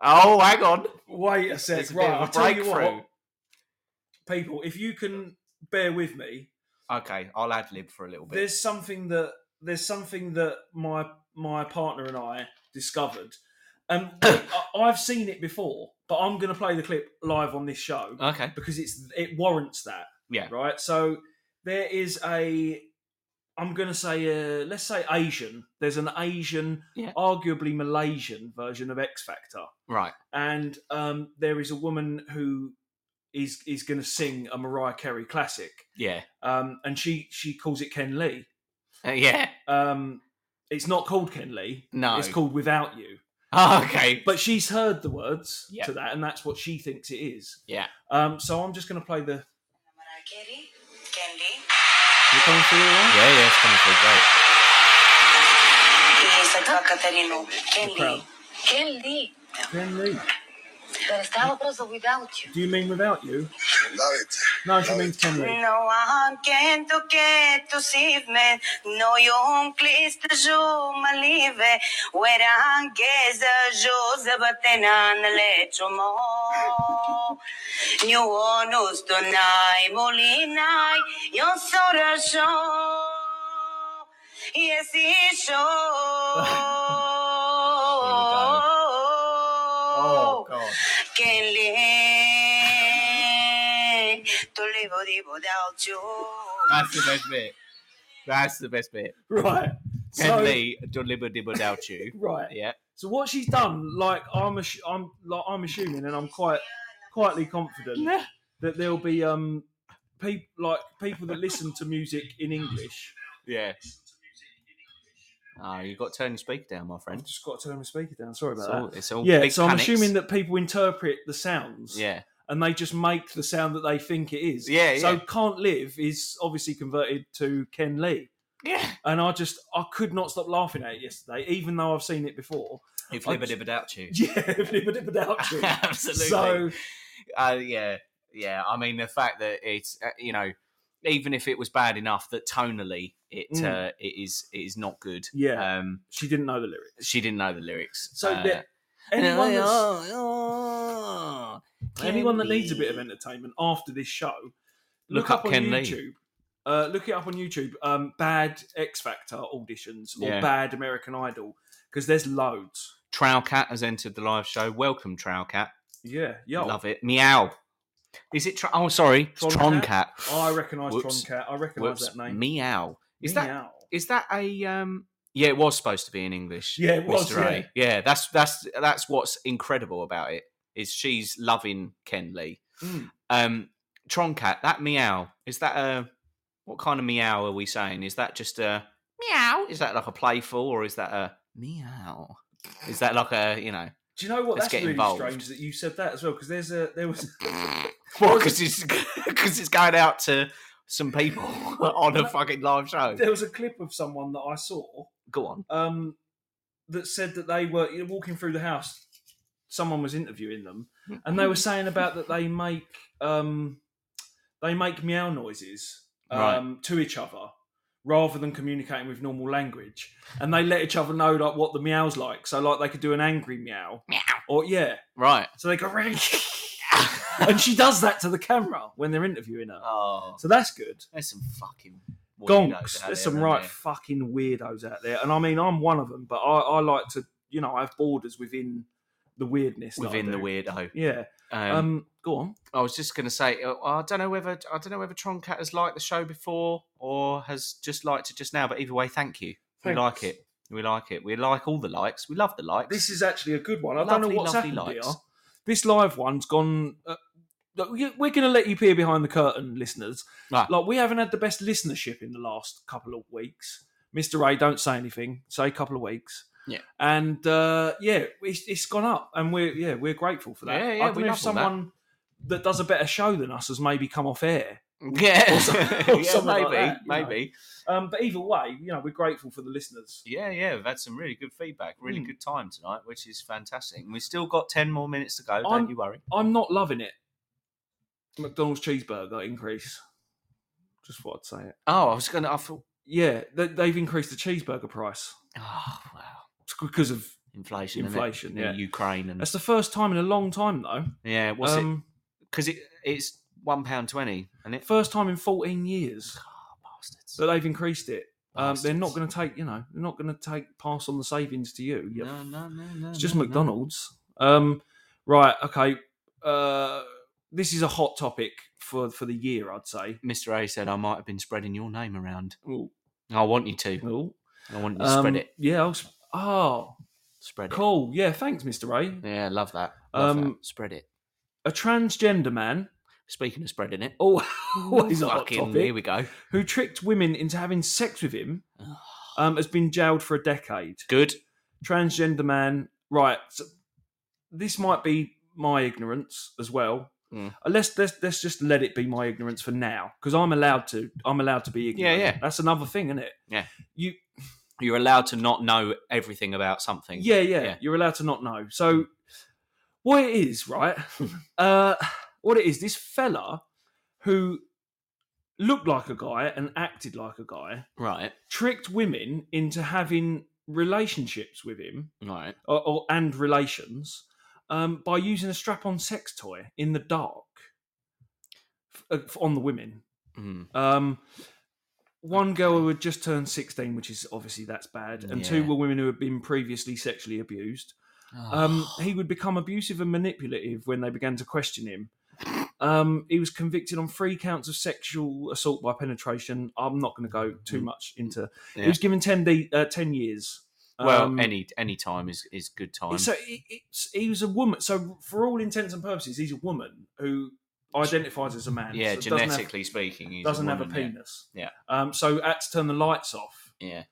Speaker 1: Oh, hang on.
Speaker 2: wait a sec.
Speaker 1: There's a bit
Speaker 2: right,
Speaker 1: of a
Speaker 2: I'll tell you what,
Speaker 1: breakthrough.
Speaker 2: people, if you can bear with me,
Speaker 1: Okay, I'll ad lib for a little bit.
Speaker 2: there's something that there's something that my my partner and I discovered, and I, I've seen it before, but I'm going to play the clip live on this show
Speaker 1: Okay.
Speaker 2: because it's it warrants that.
Speaker 1: Yeah.
Speaker 2: Right. So there is a. I'm going to say, uh, let's say Asian. There's an Asian,
Speaker 1: Yeah.
Speaker 2: arguably Malaysian version of X Factor,
Speaker 1: Right.
Speaker 2: and um, there is a woman who is is going to sing a Mariah Carey classic,
Speaker 1: Yeah.
Speaker 2: um, and she she calls it Ken Lee.
Speaker 1: Uh, yeah.
Speaker 2: Um, it's not called Ken Lee.
Speaker 1: No.
Speaker 2: It's called Without You.
Speaker 1: Oh, okay.
Speaker 2: But she's heard the words
Speaker 1: Yeah.
Speaker 2: to that, and that's what she thinks it is.
Speaker 1: Yeah.
Speaker 2: Um, so I'm just going to play the.
Speaker 5: Mariah Carey, Candy.
Speaker 2: You coming through all right?
Speaker 1: Yeah, yeah, it's coming through great.
Speaker 5: Y saca a Caterino.
Speaker 2: crowd.
Speaker 5: Candy. Candy.
Speaker 2: Ken Lee.
Speaker 5: Pero estaba просто without you.
Speaker 2: Do you mean without you?
Speaker 6: Love it.
Speaker 2: No, she means Ken Lee.
Speaker 5: No, I'm can't to get to see me. No, you home please to show my leave. Where I'm guess a Jose, but then I'm let you more. You want us tonight, Molina, you're so the show. Yes, it's show.
Speaker 2: Oh, God.
Speaker 5: Can't live to live or live without you.
Speaker 1: That's the best bit. That's the best bit.
Speaker 2: Right.
Speaker 1: Ken
Speaker 2: So,
Speaker 1: Lee, deliver dibber doubt you.
Speaker 2: Right.
Speaker 1: Yeah.
Speaker 2: So what she's done, like I'm, assu- I'm, like I'm assuming, and I'm quite, quietly confident that there'll be um, people like people that listen to music in English.
Speaker 1: Yeah. Oh, you've got to turn your speaker down, my friend.
Speaker 2: I've just got to turn the speaker down. Sorry
Speaker 1: It's
Speaker 2: about that.
Speaker 1: all, it's all
Speaker 2: yeah,
Speaker 1: big
Speaker 2: so
Speaker 1: panics.
Speaker 2: I'm assuming that people interpret the sounds,
Speaker 1: Yeah.
Speaker 2: and they just make the sound that they think it is.
Speaker 1: Yeah,
Speaker 2: So
Speaker 1: yeah.
Speaker 2: "Can't Live" is obviously converted to Ken Lee,
Speaker 1: Yeah.
Speaker 2: and I just I could not stop laughing at it yesterday, even though I've seen it before.
Speaker 1: If
Speaker 2: I
Speaker 1: dibber
Speaker 2: just-
Speaker 1: dibber doubt you.
Speaker 2: Yeah, without you.
Speaker 1: Absolutely.
Speaker 2: So
Speaker 1: uh, yeah, yeah. I mean, the fact that it's uh, you know, even if it was bad enough that tonally it
Speaker 2: Mm.
Speaker 1: uh, it is it is not good.
Speaker 2: yeah,
Speaker 1: Um,
Speaker 2: she didn't know the lyrics.
Speaker 1: she didn't know the lyrics.
Speaker 2: So
Speaker 1: uh,
Speaker 2: that anyone, that's,
Speaker 1: Oh, oh,
Speaker 2: anyone that
Speaker 1: Ken
Speaker 2: needs a bit of
Speaker 1: Lee.
Speaker 2: entertainment after this show,
Speaker 1: Look
Speaker 2: look,
Speaker 1: up
Speaker 2: up, on
Speaker 1: Ken Lee.
Speaker 2: YouTube. Uh, look it up on YouTube. Um, bad X Factor auditions or
Speaker 1: Yeah.
Speaker 2: bad American Idol because there's loads.
Speaker 1: Trowcat has entered the live show. Welcome, Trowcat.
Speaker 2: Yeah, yo,
Speaker 1: Love it. Meow. Is it? Tr- oh, sorry, it's
Speaker 2: Troncat?
Speaker 1: Troncat.
Speaker 2: Oh, I recognise
Speaker 1: Whoops.
Speaker 2: Troncat. I recognise
Speaker 1: Whoops.
Speaker 2: that name.
Speaker 1: Meow. Is that
Speaker 2: Meow.
Speaker 1: Is that a um? Yeah, it was supposed to be in English.
Speaker 2: Yeah, it was,
Speaker 1: Mr. A. Yeah. that's that's that's what's incredible about it is she's loving Ken Lee.
Speaker 2: Mm.
Speaker 1: Um, Troncat, that meow is that a what kind of meow are we saying? Is that just a meow? Is that like a playful or is that a meow? Is that like a you know?
Speaker 2: Do you know what?
Speaker 1: Let's
Speaker 2: That's
Speaker 1: get
Speaker 2: really
Speaker 1: involved.
Speaker 2: strange that you said that as well because there's a there was
Speaker 1: Well, because it's because it's going out to some people on a fucking live show.
Speaker 2: there was a clip of someone that I saw
Speaker 1: Go on.
Speaker 2: um, that said that they were you know, walking through the house. Someone was interviewing them, and they were saying about that they make um, they make meow noises um, to each other rather than communicating with normal language, and they let each other know like what the meows like. So like they could do an angry meow, meow, or yeah.
Speaker 1: Right.
Speaker 2: So they go ring, and she does that to the camera when they're interviewing her.
Speaker 1: Oh,
Speaker 2: So that's good.
Speaker 1: there's some fucking weirdos out
Speaker 2: Gonks.
Speaker 1: there,
Speaker 2: There's some
Speaker 1: aren't
Speaker 2: right
Speaker 1: there?
Speaker 2: fucking weirdos out there, and I mean, I'm one of them. But I, I like to, you know, I have borders within the weirdness. that I
Speaker 1: within the
Speaker 2: do.
Speaker 1: weirdo.
Speaker 2: Yeah.
Speaker 1: Um,
Speaker 2: Um, Go on.
Speaker 1: I was just going to say, uh, I don't know whether I don't know whether Troncat has liked the show before or has just liked it just now. But either way, thank you. We like
Speaker 2: Thanks.
Speaker 1: it. We like it. We like all the likes. We love the likes.
Speaker 2: This is actually a good one. I don't
Speaker 1: Lovely,
Speaker 2: know what's
Speaker 1: lovely
Speaker 2: happened
Speaker 1: likes.
Speaker 2: here. This live one's gone. Uh, look, we- we're going to let you peer behind the curtain, listeners.
Speaker 1: Right.
Speaker 2: Like we haven't had the best listenership in the last couple of weeks. Mister Ray, don't say anything. Say a couple of weeks.
Speaker 1: Yeah.
Speaker 2: And uh, yeah, it's, it's gone up, and we're yeah we're grateful for that.
Speaker 1: Yeah, yeah,
Speaker 2: I don't
Speaker 1: we
Speaker 2: know if
Speaker 1: love all that.
Speaker 2: someone that does a better show than us has maybe come off air.
Speaker 1: yeah,
Speaker 2: or some- or
Speaker 1: yeah,
Speaker 2: something like
Speaker 1: maybe,
Speaker 2: that, you know.
Speaker 1: maybe.
Speaker 2: Um, but either way, you know we're grateful for the listeners.
Speaker 1: Yeah, yeah, we've had some really good feedback. Really
Speaker 2: Mm.
Speaker 1: good time tonight, which is fantastic. And we've still got ten more minutes to go.
Speaker 2: I'm-
Speaker 1: Don't you worry.
Speaker 2: I'm not loving it. McDonald's cheeseburger increase. Just what I'd say it.
Speaker 1: Oh, I was going to. I thought.
Speaker 2: Yeah, they, they've increased the cheeseburger price
Speaker 1: Oh wow,
Speaker 2: It's because of.
Speaker 1: inflation, innit?
Speaker 2: Inflation, yeah.
Speaker 1: in Ukraine, and
Speaker 2: That's the first time in a long time though.
Speaker 1: yeah, what's it?
Speaker 2: um,
Speaker 1: Because it it's one pound twenty, and it
Speaker 2: First time in 14 years
Speaker 1: bastards.
Speaker 2: that they've increased it. Um, they're not
Speaker 1: Bastards.
Speaker 2: going to take, you know, they're not going to take pass on the savings to you. you
Speaker 1: No, no, no, no.
Speaker 2: It's just
Speaker 1: no, no.
Speaker 2: McDonald's. Um, right. Okay. Uh, this is a hot topic for for the year, I'd say.
Speaker 1: Mr. A said I might have been spreading your name around.
Speaker 2: Ooh,
Speaker 1: I want you to.
Speaker 2: ooh.
Speaker 1: I want you to spread
Speaker 2: Um,
Speaker 1: it.
Speaker 2: Yeah. I'll, sp- oh,
Speaker 1: Spread it.
Speaker 2: cool. Yeah. Thanks, Mister Ray.
Speaker 1: Yeah, love that. Love
Speaker 2: Um,
Speaker 1: that. Spread it.
Speaker 2: A transgender man.
Speaker 1: Speaking of spreading it.
Speaker 2: Oh, always a hot
Speaker 1: fucking,
Speaker 2: topic.
Speaker 1: Here we go.
Speaker 2: who tricked women into having sex with him um, has been jailed for a decade.
Speaker 1: Good.
Speaker 2: Transgender man. Right. So this might be my ignorance as well.
Speaker 1: Mm.
Speaker 2: Uh, Let's, let's let's just let it be my ignorance for now because I'm allowed to I'm allowed to be
Speaker 1: Yeah,
Speaker 2: ignorant.
Speaker 1: yeah.
Speaker 2: That's another thing, isn't it?
Speaker 1: Yeah.
Speaker 2: You
Speaker 1: You're allowed to not know everything about something.
Speaker 2: yeah, yeah,
Speaker 1: Yeah.
Speaker 2: You're allowed to not know. So, what it is, right? uh, what it is, this fella who looked like a guy and acted like a guy
Speaker 1: Right.
Speaker 2: tricked women into having relationships with him
Speaker 1: Right.
Speaker 2: or, or and relations um, by using a strap-on sex toy in the dark f- uh, f- on the women.
Speaker 1: Mm.
Speaker 2: Um, one girl who had just turned 16, which is obviously that's bad, and two
Speaker 1: Yeah.
Speaker 2: were women who had been previously sexually abused. Um, he would become abusive and manipulative when they began to question him. Um, he was convicted on three counts of sexual assault by penetration. I'm not going to go too much into.
Speaker 1: Mm-hmm. Yeah.
Speaker 2: He was given ten de- uh, ten years.
Speaker 1: well,
Speaker 2: Um,
Speaker 1: any any time is is good time.
Speaker 2: so it, it's, he was a woman. So for all intents and purposes, he's a woman who identifies as a man.
Speaker 1: yeah,
Speaker 2: so doesn't have-
Speaker 1: genetically speaking, he's
Speaker 2: doesn't
Speaker 1: a
Speaker 2: have a
Speaker 1: woman, yeah.
Speaker 2: penis.
Speaker 1: Yeah.
Speaker 2: Um, so had to turn the lights off.
Speaker 1: Yeah.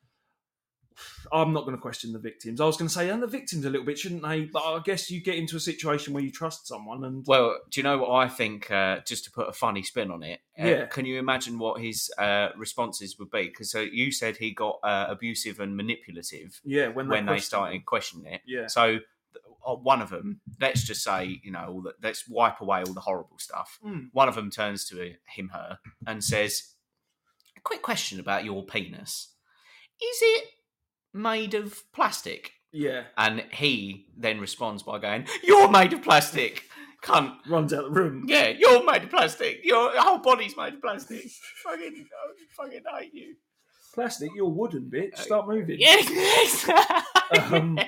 Speaker 2: I'm not going to question the victims. I was going to say, and the victims a little bit, shouldn't they? But I guess you get into a situation where you trust someone, and
Speaker 1: Well, do you know what I think? Uh, just to put a funny spin on it, uh,
Speaker 2: Yeah.
Speaker 1: Can you imagine what his uh, responses would be? Because uh, you said he got uh, abusive and manipulative
Speaker 2: yeah, when they
Speaker 1: when they
Speaker 2: question
Speaker 1: started
Speaker 2: them.
Speaker 1: questioning it.
Speaker 2: yeah,
Speaker 1: So th- uh, one of them, let's just say, you know, all the, let's wipe away all the horrible stuff.
Speaker 2: Mm.
Speaker 1: One of them turns to him, her, and says, "A quick question about your penis: Is it made of plastic?"
Speaker 2: yeah,
Speaker 1: And he then responds by going, "You're made of plastic, cunt."
Speaker 2: runs out of the room.
Speaker 1: Yeah, you're made of plastic. Your whole body's made of plastic. fucking, I fucking hate you.
Speaker 2: Plastic, you're wooden,
Speaker 1: Uh,
Speaker 2: bitch. Start moving.
Speaker 1: Yes.
Speaker 2: Um,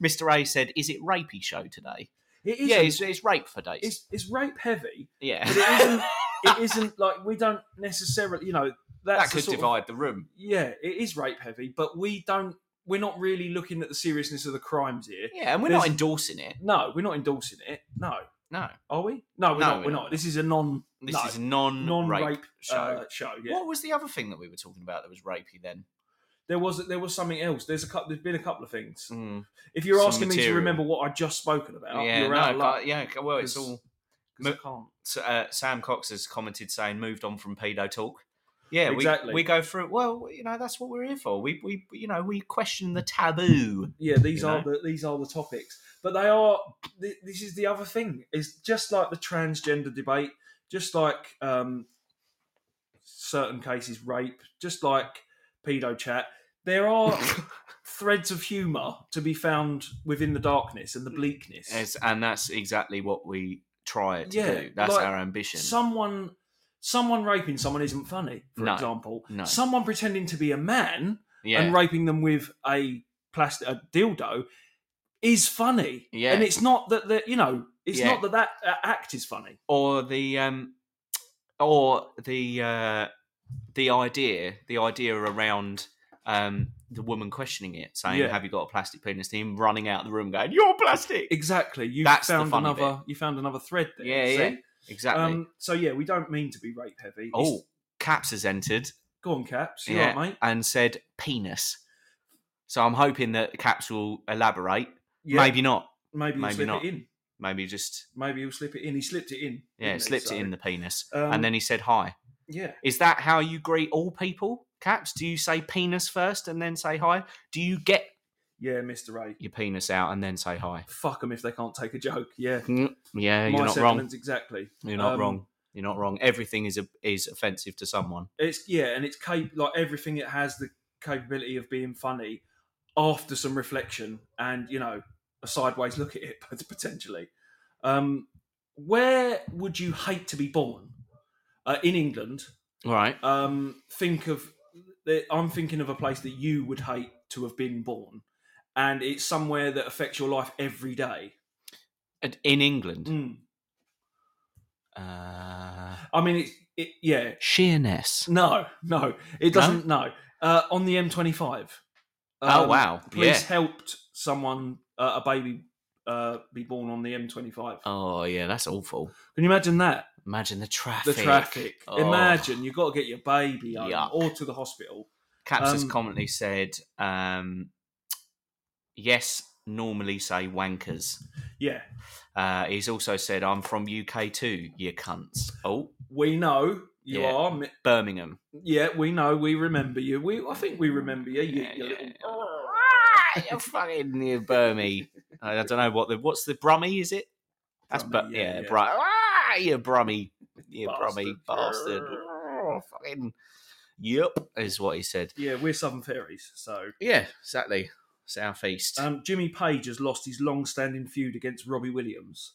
Speaker 1: Mr. A said, "Is it rapey show today?"
Speaker 2: it
Speaker 1: Yeah,
Speaker 2: isn't.
Speaker 1: it's, it's rape for days.
Speaker 2: it's, it's rape heavy.
Speaker 1: yeah,
Speaker 2: But it isn't. it isn't like we don't necessarily, you know, that's
Speaker 1: that
Speaker 2: the
Speaker 1: could
Speaker 2: sort of-
Speaker 1: divide the room.
Speaker 2: yeah, it is rape heavy, but we don't. We're not really looking at the seriousness of the crimes here.
Speaker 1: Yeah, and we're not
Speaker 2: There's-
Speaker 1: endorsing it.
Speaker 2: No, we're not endorsing it. No,
Speaker 1: No,
Speaker 2: are we? No, we're
Speaker 1: No,
Speaker 2: not.
Speaker 1: we're
Speaker 2: We're
Speaker 1: not.
Speaker 2: not. This is a non.
Speaker 1: this
Speaker 2: no,
Speaker 1: is non
Speaker 2: non-rape
Speaker 1: rape show.
Speaker 2: uh, show. Yeah.
Speaker 1: What was the other thing that we were talking about that was rapey then?
Speaker 2: There was there was something else. There's a couple. There's been a couple of things.
Speaker 1: Mm.
Speaker 2: If you're
Speaker 1: Some
Speaker 2: asking me
Speaker 1: material.
Speaker 2: to remember what I just spoken about,
Speaker 1: Yeah,
Speaker 2: Oh, you're out
Speaker 1: no,
Speaker 2: of luck.
Speaker 1: but, yeah. Well, it's
Speaker 2: 'Cause-
Speaker 1: all.
Speaker 2: 'cause I
Speaker 1: mo-
Speaker 2: can't.
Speaker 1: so, uh, Sam Cox has commented saying moved on from pedo talk. Yeah, we-
Speaker 2: Exactly.
Speaker 1: We, go through. Well, you know, that's what we're here for. We, we, you know, we question the taboo.
Speaker 2: yeah these
Speaker 1: You
Speaker 2: are the these are the topics but they are th- this is the other thing is just like the transgender debate just like um certain cases rape just like pedo chat there are threads of humor to be found within the darkness
Speaker 1: Mm.
Speaker 2: and the bleakness
Speaker 1: Yes, and that's exactly what we try to
Speaker 2: Yeah,
Speaker 1: do. That's
Speaker 2: like,
Speaker 1: our ambition.
Speaker 2: someone someone raping someone isn't funny for
Speaker 1: No,
Speaker 2: example
Speaker 1: no.
Speaker 2: someone pretending to be a man
Speaker 1: yeah,
Speaker 2: and raping them with a plastic a dildo is funny.
Speaker 1: Yeah.
Speaker 2: and it's not that that you know it's
Speaker 1: Yeah.
Speaker 2: not that that uh, act is funny.
Speaker 1: or the um, or the uh, the idea, the idea around um the woman questioning it, saying,
Speaker 2: Yeah.
Speaker 1: "Have you got a plastic penis?" To him running out of the room, going, "You're plastic."
Speaker 2: Exactly, you
Speaker 1: That's the
Speaker 2: found
Speaker 1: funny
Speaker 2: another you found another thread there.
Speaker 1: Yeah,
Speaker 2: see?
Speaker 1: yeah, exactly.
Speaker 2: Um, so yeah, we don't mean to be rape heavy. It's-
Speaker 1: oh, Caps has entered.
Speaker 2: go on, caps. You
Speaker 1: yeah,
Speaker 2: right, mate?
Speaker 1: and said penis. So I'm hoping that Caps will elaborate.
Speaker 2: Yeah,
Speaker 1: Maybe not.
Speaker 2: maybe he'll
Speaker 1: maybe
Speaker 2: slip
Speaker 1: not.
Speaker 2: it in.
Speaker 1: Maybe just
Speaker 2: Maybe he'll slip it in. He slipped it in.
Speaker 1: yeah,
Speaker 2: didn't he?
Speaker 1: slipped
Speaker 2: So,
Speaker 1: it in the penis,
Speaker 2: um,
Speaker 1: and then he said hi.
Speaker 2: yeah.
Speaker 1: Is that how you greet all people, Caps? Do you say penis first and then say hi? Do you get
Speaker 2: Yeah, Mr. A.
Speaker 1: your penis out and then say hi?
Speaker 2: Fuck them if they can't take a joke. Yeah.
Speaker 1: Mm, Yeah,
Speaker 2: My
Speaker 1: you're not wrong.
Speaker 2: sentiments exactly.
Speaker 1: You're not
Speaker 2: um,
Speaker 1: wrong. You're not wrong. Everything is a, is offensive to someone.
Speaker 2: it's yeah, and it's cap- like everything it has the capability of being funny after some reflection and you know a sideways look at it pot- potentially. Um, where would you hate to be born? Uh, in England,
Speaker 1: Right.
Speaker 2: um, think of I'm thinking of a place that you would hate to have been born, and it's somewhere that affects your life every day.
Speaker 1: And In England,
Speaker 2: Mm.
Speaker 1: uh,
Speaker 2: I mean, it's it, yeah,
Speaker 1: Sheerness.
Speaker 2: no, no, it doesn't. No, Uh, on the M25.
Speaker 1: oh
Speaker 2: um,
Speaker 1: wow.
Speaker 2: police
Speaker 1: Yeah.
Speaker 2: helped someone uh, a baby uh, be born on the M25.
Speaker 1: Oh yeah, that's awful.
Speaker 2: Can you imagine that?
Speaker 1: Imagine the
Speaker 2: The
Speaker 1: traffic.
Speaker 2: traffic.
Speaker 1: Oh.
Speaker 2: Imagine you've got to get your baby home
Speaker 1: Yuck.
Speaker 2: or to the hospital.
Speaker 1: Caps has
Speaker 2: Um,
Speaker 1: commonly said, um, yes, normally say wankers.
Speaker 2: Yeah,
Speaker 1: Uh, he's also said, I'm from UK too, you cunts. Oh,
Speaker 2: we know you
Speaker 1: Yeah.
Speaker 2: are. mi-
Speaker 1: Birmingham.
Speaker 2: Yeah, we know. We remember you. We, I think we remember you. you,
Speaker 1: Yeah,
Speaker 2: you little-
Speaker 1: yeah. You're fucking near Burmy. I I don't know what the, what's the Brummy, is it? That's,
Speaker 2: Brummy,
Speaker 1: but
Speaker 2: yeah,
Speaker 1: yeah,
Speaker 2: yeah.
Speaker 1: Bru- ah, you Brummy. You Brummy bastard.
Speaker 2: Bastard.
Speaker 1: Oh, fucking, yep, is what he said.
Speaker 2: Yeah, we're Southern Fairies. So
Speaker 1: Yeah, exactly. Southeast.
Speaker 2: um, Jimmy Page has lost his long-standing feud against Robbie Williams.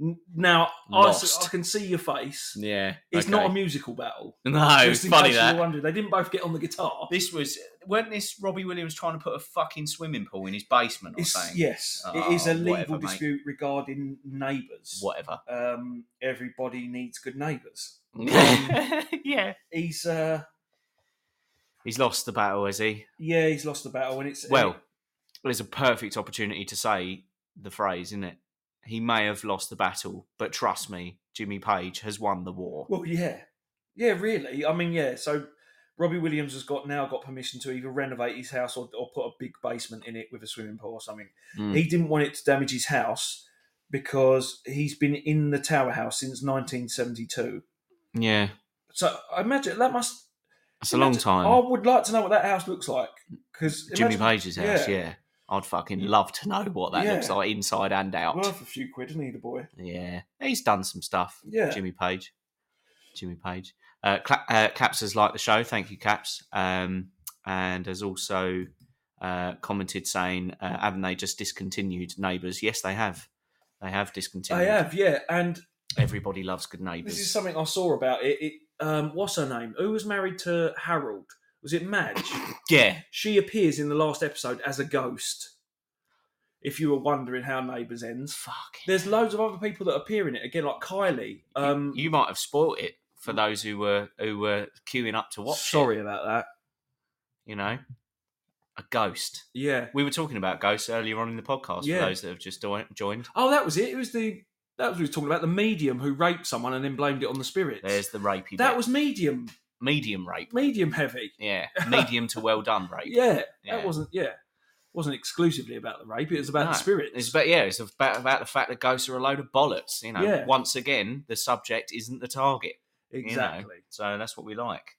Speaker 2: N- Now I, s-
Speaker 1: Lost.
Speaker 2: I can see your face.
Speaker 1: yeah.
Speaker 2: It's not a
Speaker 1: okay.
Speaker 2: musical battle.
Speaker 1: No,
Speaker 2: Just in
Speaker 1: funny
Speaker 2: case you
Speaker 1: that.
Speaker 2: were wondering, they didn't both get on the guitar.
Speaker 1: This was weren't this Robbie Williams trying to put a fucking swimming pool in his basement or
Speaker 2: It's-
Speaker 1: something?
Speaker 2: yes, it
Speaker 1: Oh,
Speaker 2: is a legal
Speaker 1: whatever, mate.
Speaker 2: dispute regarding neighbours.
Speaker 1: Whatever.
Speaker 2: Um, everybody needs good neighbours.
Speaker 1: yeah.
Speaker 2: He's uh,
Speaker 1: He's lost the battle, has he?
Speaker 2: yeah, he's lost the battle, and it's uh,
Speaker 1: Well, there's a perfect opportunity to say the phrase, isn't it? He may have lost the battle, but trust me, Jimmy Page has won the war.
Speaker 2: well, yeah, yeah, really. I mean, yeah. So Robbie Williams has got now got permission to either renovate his house or, or put a big basement in it with a swimming pool or something.
Speaker 1: Mm.
Speaker 2: He didn't want it to damage his house because he's been in the tower house since 1972.
Speaker 1: yeah,
Speaker 2: So I imagine that must
Speaker 1: it's a long
Speaker 2: Imagine- Oh,
Speaker 1: time.
Speaker 2: I would like to know what that house looks like because
Speaker 1: Jimmy Page's house,
Speaker 2: yeah.
Speaker 1: yeah. I'd fucking love to know what that looks
Speaker 2: Yeah.
Speaker 1: like inside and out.
Speaker 2: worth a few quid, isn't he, the boy?
Speaker 1: Yeah, he's done some stuff.
Speaker 2: Yeah.
Speaker 1: Jimmy Page. Jimmy Page. Uh, Cla- uh, Caps has liked the show. Thank you, Caps. Um, and has also uh, commented saying, uh, haven't they just discontinued Neighbours? Yes, they have. They have discontinued.
Speaker 2: I have, Oh, yeah. And
Speaker 1: Everybody loves Good
Speaker 2: this is
Speaker 1: Neighbours.
Speaker 2: something I saw about it. it um, what's her name? Who was married to Harold? Was it Madge?
Speaker 1: Yeah.
Speaker 2: she appears in the last episode as a ghost. If you were wondering how Neighbours ends,
Speaker 1: Fuck.
Speaker 2: there's loads of other people that appear in it again, like Kylie. Um,
Speaker 1: you might have spoilt it for those who were who were queuing up to watch.
Speaker 2: sorry about that.
Speaker 1: You know, a ghost.
Speaker 2: Yeah.
Speaker 1: We were talking about ghosts earlier on in the podcast
Speaker 2: Yeah.
Speaker 1: for those that have just doi- joined.
Speaker 2: Oh, that was it. It was the that was what we were talking about the medium who raped someone and then blamed it on the spirits.
Speaker 1: There's the rapey.
Speaker 2: that
Speaker 1: bit.
Speaker 2: was medium
Speaker 1: medium rape.
Speaker 2: medium heavy.
Speaker 1: Yeah, medium to well done rape.
Speaker 2: Yeah,
Speaker 1: Yeah.
Speaker 2: that wasn't yeah, wasn't exclusively about the rape. It was about
Speaker 1: No,
Speaker 2: the spirits.
Speaker 1: It's about yeah, it's about about the fact that ghosts are a load of bollocks. You know,
Speaker 2: Yeah.
Speaker 1: once again, the subject isn't the target. you know.
Speaker 2: exactly.
Speaker 1: So that's what we like.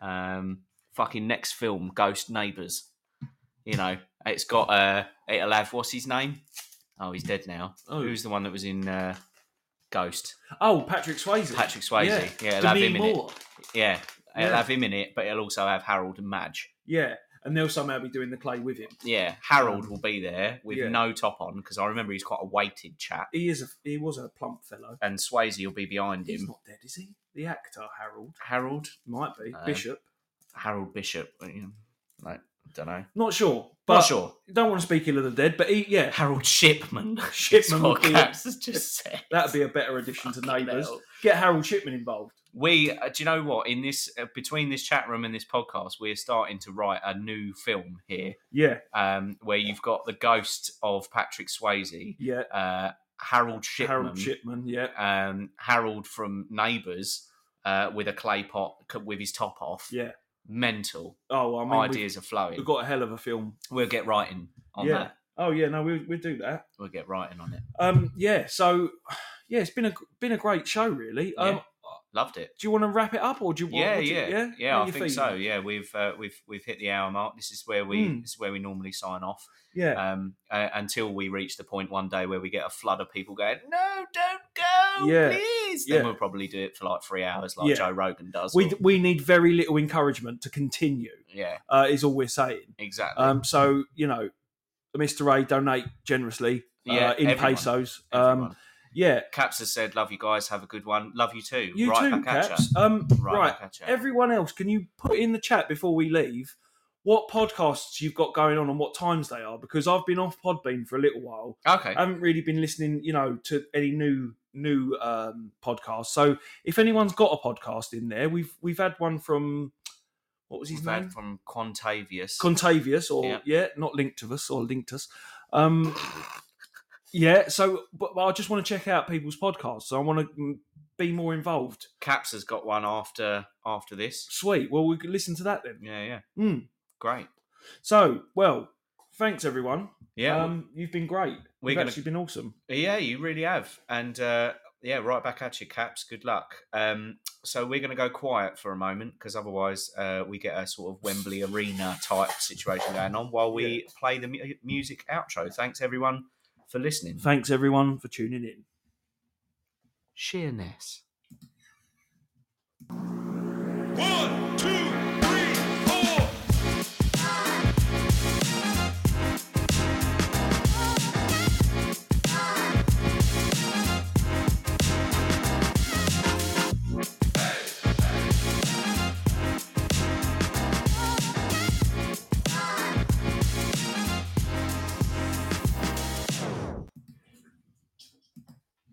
Speaker 1: Um, fucking next film, Ghost Neighbours. You know, it's got uh, it'll have what's his name? Oh, he's dead now.
Speaker 2: Oh.
Speaker 1: Who's the one that was in uh, Ghost?
Speaker 2: Oh, Patrick Swayze.
Speaker 1: Patrick Swayze.
Speaker 2: Yeah,
Speaker 1: Yeah, it'll have
Speaker 2: Demi
Speaker 1: him in it.
Speaker 2: Moore.
Speaker 1: Yeah, it'll
Speaker 2: Yeah.
Speaker 1: have him in it, but it'll also have Harold and Madge.
Speaker 2: Yeah, and they'll somehow be doing the clay with him.
Speaker 1: Yeah, Harold will be there with
Speaker 2: Um, Yeah.
Speaker 1: no top on because I remember he's quite a weighted chap,
Speaker 2: He is a he was a plump fellow.
Speaker 1: and Swayze will be behind
Speaker 2: He's
Speaker 1: him.
Speaker 2: not dead, is he? The actor Harold
Speaker 1: Harold,
Speaker 2: might be
Speaker 1: No.
Speaker 2: Bishop.
Speaker 1: Harold Bishop. uh, you know, Like, don't know.
Speaker 2: Not sure. But
Speaker 1: Not sure.
Speaker 2: Don't want to speak ill of the dead, but he, yeah,
Speaker 1: Harold Shipman.
Speaker 2: Shipman
Speaker 1: That's
Speaker 2: would
Speaker 1: what
Speaker 2: be-
Speaker 1: Caps has just said.
Speaker 2: that'd be a better addition to
Speaker 1: Fucking
Speaker 2: Neighbours.
Speaker 1: hell.
Speaker 2: Get Harold Shipman involved.
Speaker 1: We, uh, do you know what? In this, uh, between this chat room and this podcast, we're starting to write a new film here,
Speaker 2: Yeah,
Speaker 1: um, where you've got the ghost of Patrick Swayze,
Speaker 2: yeah.
Speaker 1: uh, Harold Shipman,
Speaker 2: Harold Shipman. Yeah,
Speaker 1: um, Harold from Neighbours uh, with a clay pot c- with his top off.
Speaker 2: yeah.
Speaker 1: Mental
Speaker 2: Oh, I mean, we've-
Speaker 1: ideas are flowing.
Speaker 2: we've got a hell of a film.
Speaker 1: We'll get writing on
Speaker 2: yeah.
Speaker 1: that.
Speaker 2: Oh yeah, no, we we do that.
Speaker 1: We'll get writing on it.
Speaker 2: Um, yeah. So, yeah, it's been a been a great show, really. Um,
Speaker 1: Yeah. Loved it.
Speaker 2: do you want to wrap it up, or do you?
Speaker 1: yeah,
Speaker 2: what do you-
Speaker 1: yeah,
Speaker 2: yeah,
Speaker 1: yeah,
Speaker 2: How
Speaker 1: I
Speaker 2: you
Speaker 1: think
Speaker 2: feeling?
Speaker 1: so. Yeah, we've uh, we've we've hit the hour mark. This is where we
Speaker 2: Mm.
Speaker 1: this is where we normally sign off.
Speaker 2: Yeah.
Speaker 1: Um, uh, until we reach the point one day where we get a flood of people going, "No, don't go,
Speaker 2: Yeah,
Speaker 1: please." Then
Speaker 2: yeah.
Speaker 1: we'll probably do it for like three hours, like
Speaker 2: Yeah.
Speaker 1: Joe Rogan does.
Speaker 2: we
Speaker 1: or-
Speaker 2: we need very little encouragement to continue.
Speaker 1: yeah,
Speaker 2: Uh, is all we're saying.
Speaker 1: exactly.
Speaker 2: Um, so you know, Mr. A donate generously.
Speaker 1: Yeah,
Speaker 2: uh, in
Speaker 1: everyone.
Speaker 2: pesos.
Speaker 1: Everyone.
Speaker 2: Um, yeah,
Speaker 1: Caps has said, "Love you guys. Have a good one. Love you too.
Speaker 2: you
Speaker 1: right
Speaker 2: too,
Speaker 1: back at
Speaker 2: Caps.
Speaker 1: ya.
Speaker 2: Um,
Speaker 1: Right,
Speaker 2: right,
Speaker 1: back at ya.
Speaker 2: everyone else, can you put in the chat before we leave what podcasts you've got going on and what times they are? Because I've been off Podbean for a little while.
Speaker 1: Okay.
Speaker 2: I haven't really been listening, you know, to any new new um, podcasts. So if anyone's got a podcast in there, we've we've had one from what was his
Speaker 1: We've
Speaker 2: name?
Speaker 1: had from Quantavius.
Speaker 2: Contavious, or yeah.
Speaker 1: Yeah.
Speaker 2: not linked to us or linked us. Um, yeah, so but I just want to check out people's podcasts. So I want to be more involved.
Speaker 1: Caps has got one after after this.
Speaker 2: Sweet. Well, we can listen to that then.
Speaker 1: Yeah, yeah.
Speaker 2: Mm.
Speaker 1: Great.
Speaker 2: So, well, thanks everyone.
Speaker 1: Yeah,
Speaker 2: um, you've been great.
Speaker 1: we're
Speaker 2: We've
Speaker 1: gonna-
Speaker 2: actually been awesome.
Speaker 1: Yeah, you really have. And uh, yeah, right back at you, Caps. Good luck. Um, so we're going to go quiet for a moment because otherwise uh, we get a sort of Wembley Arena type situation going on while we play the mu- music outro. Thanks everyone for listening.
Speaker 2: Thanks everyone for tuning in.
Speaker 1: Sheerness.
Speaker 3: One,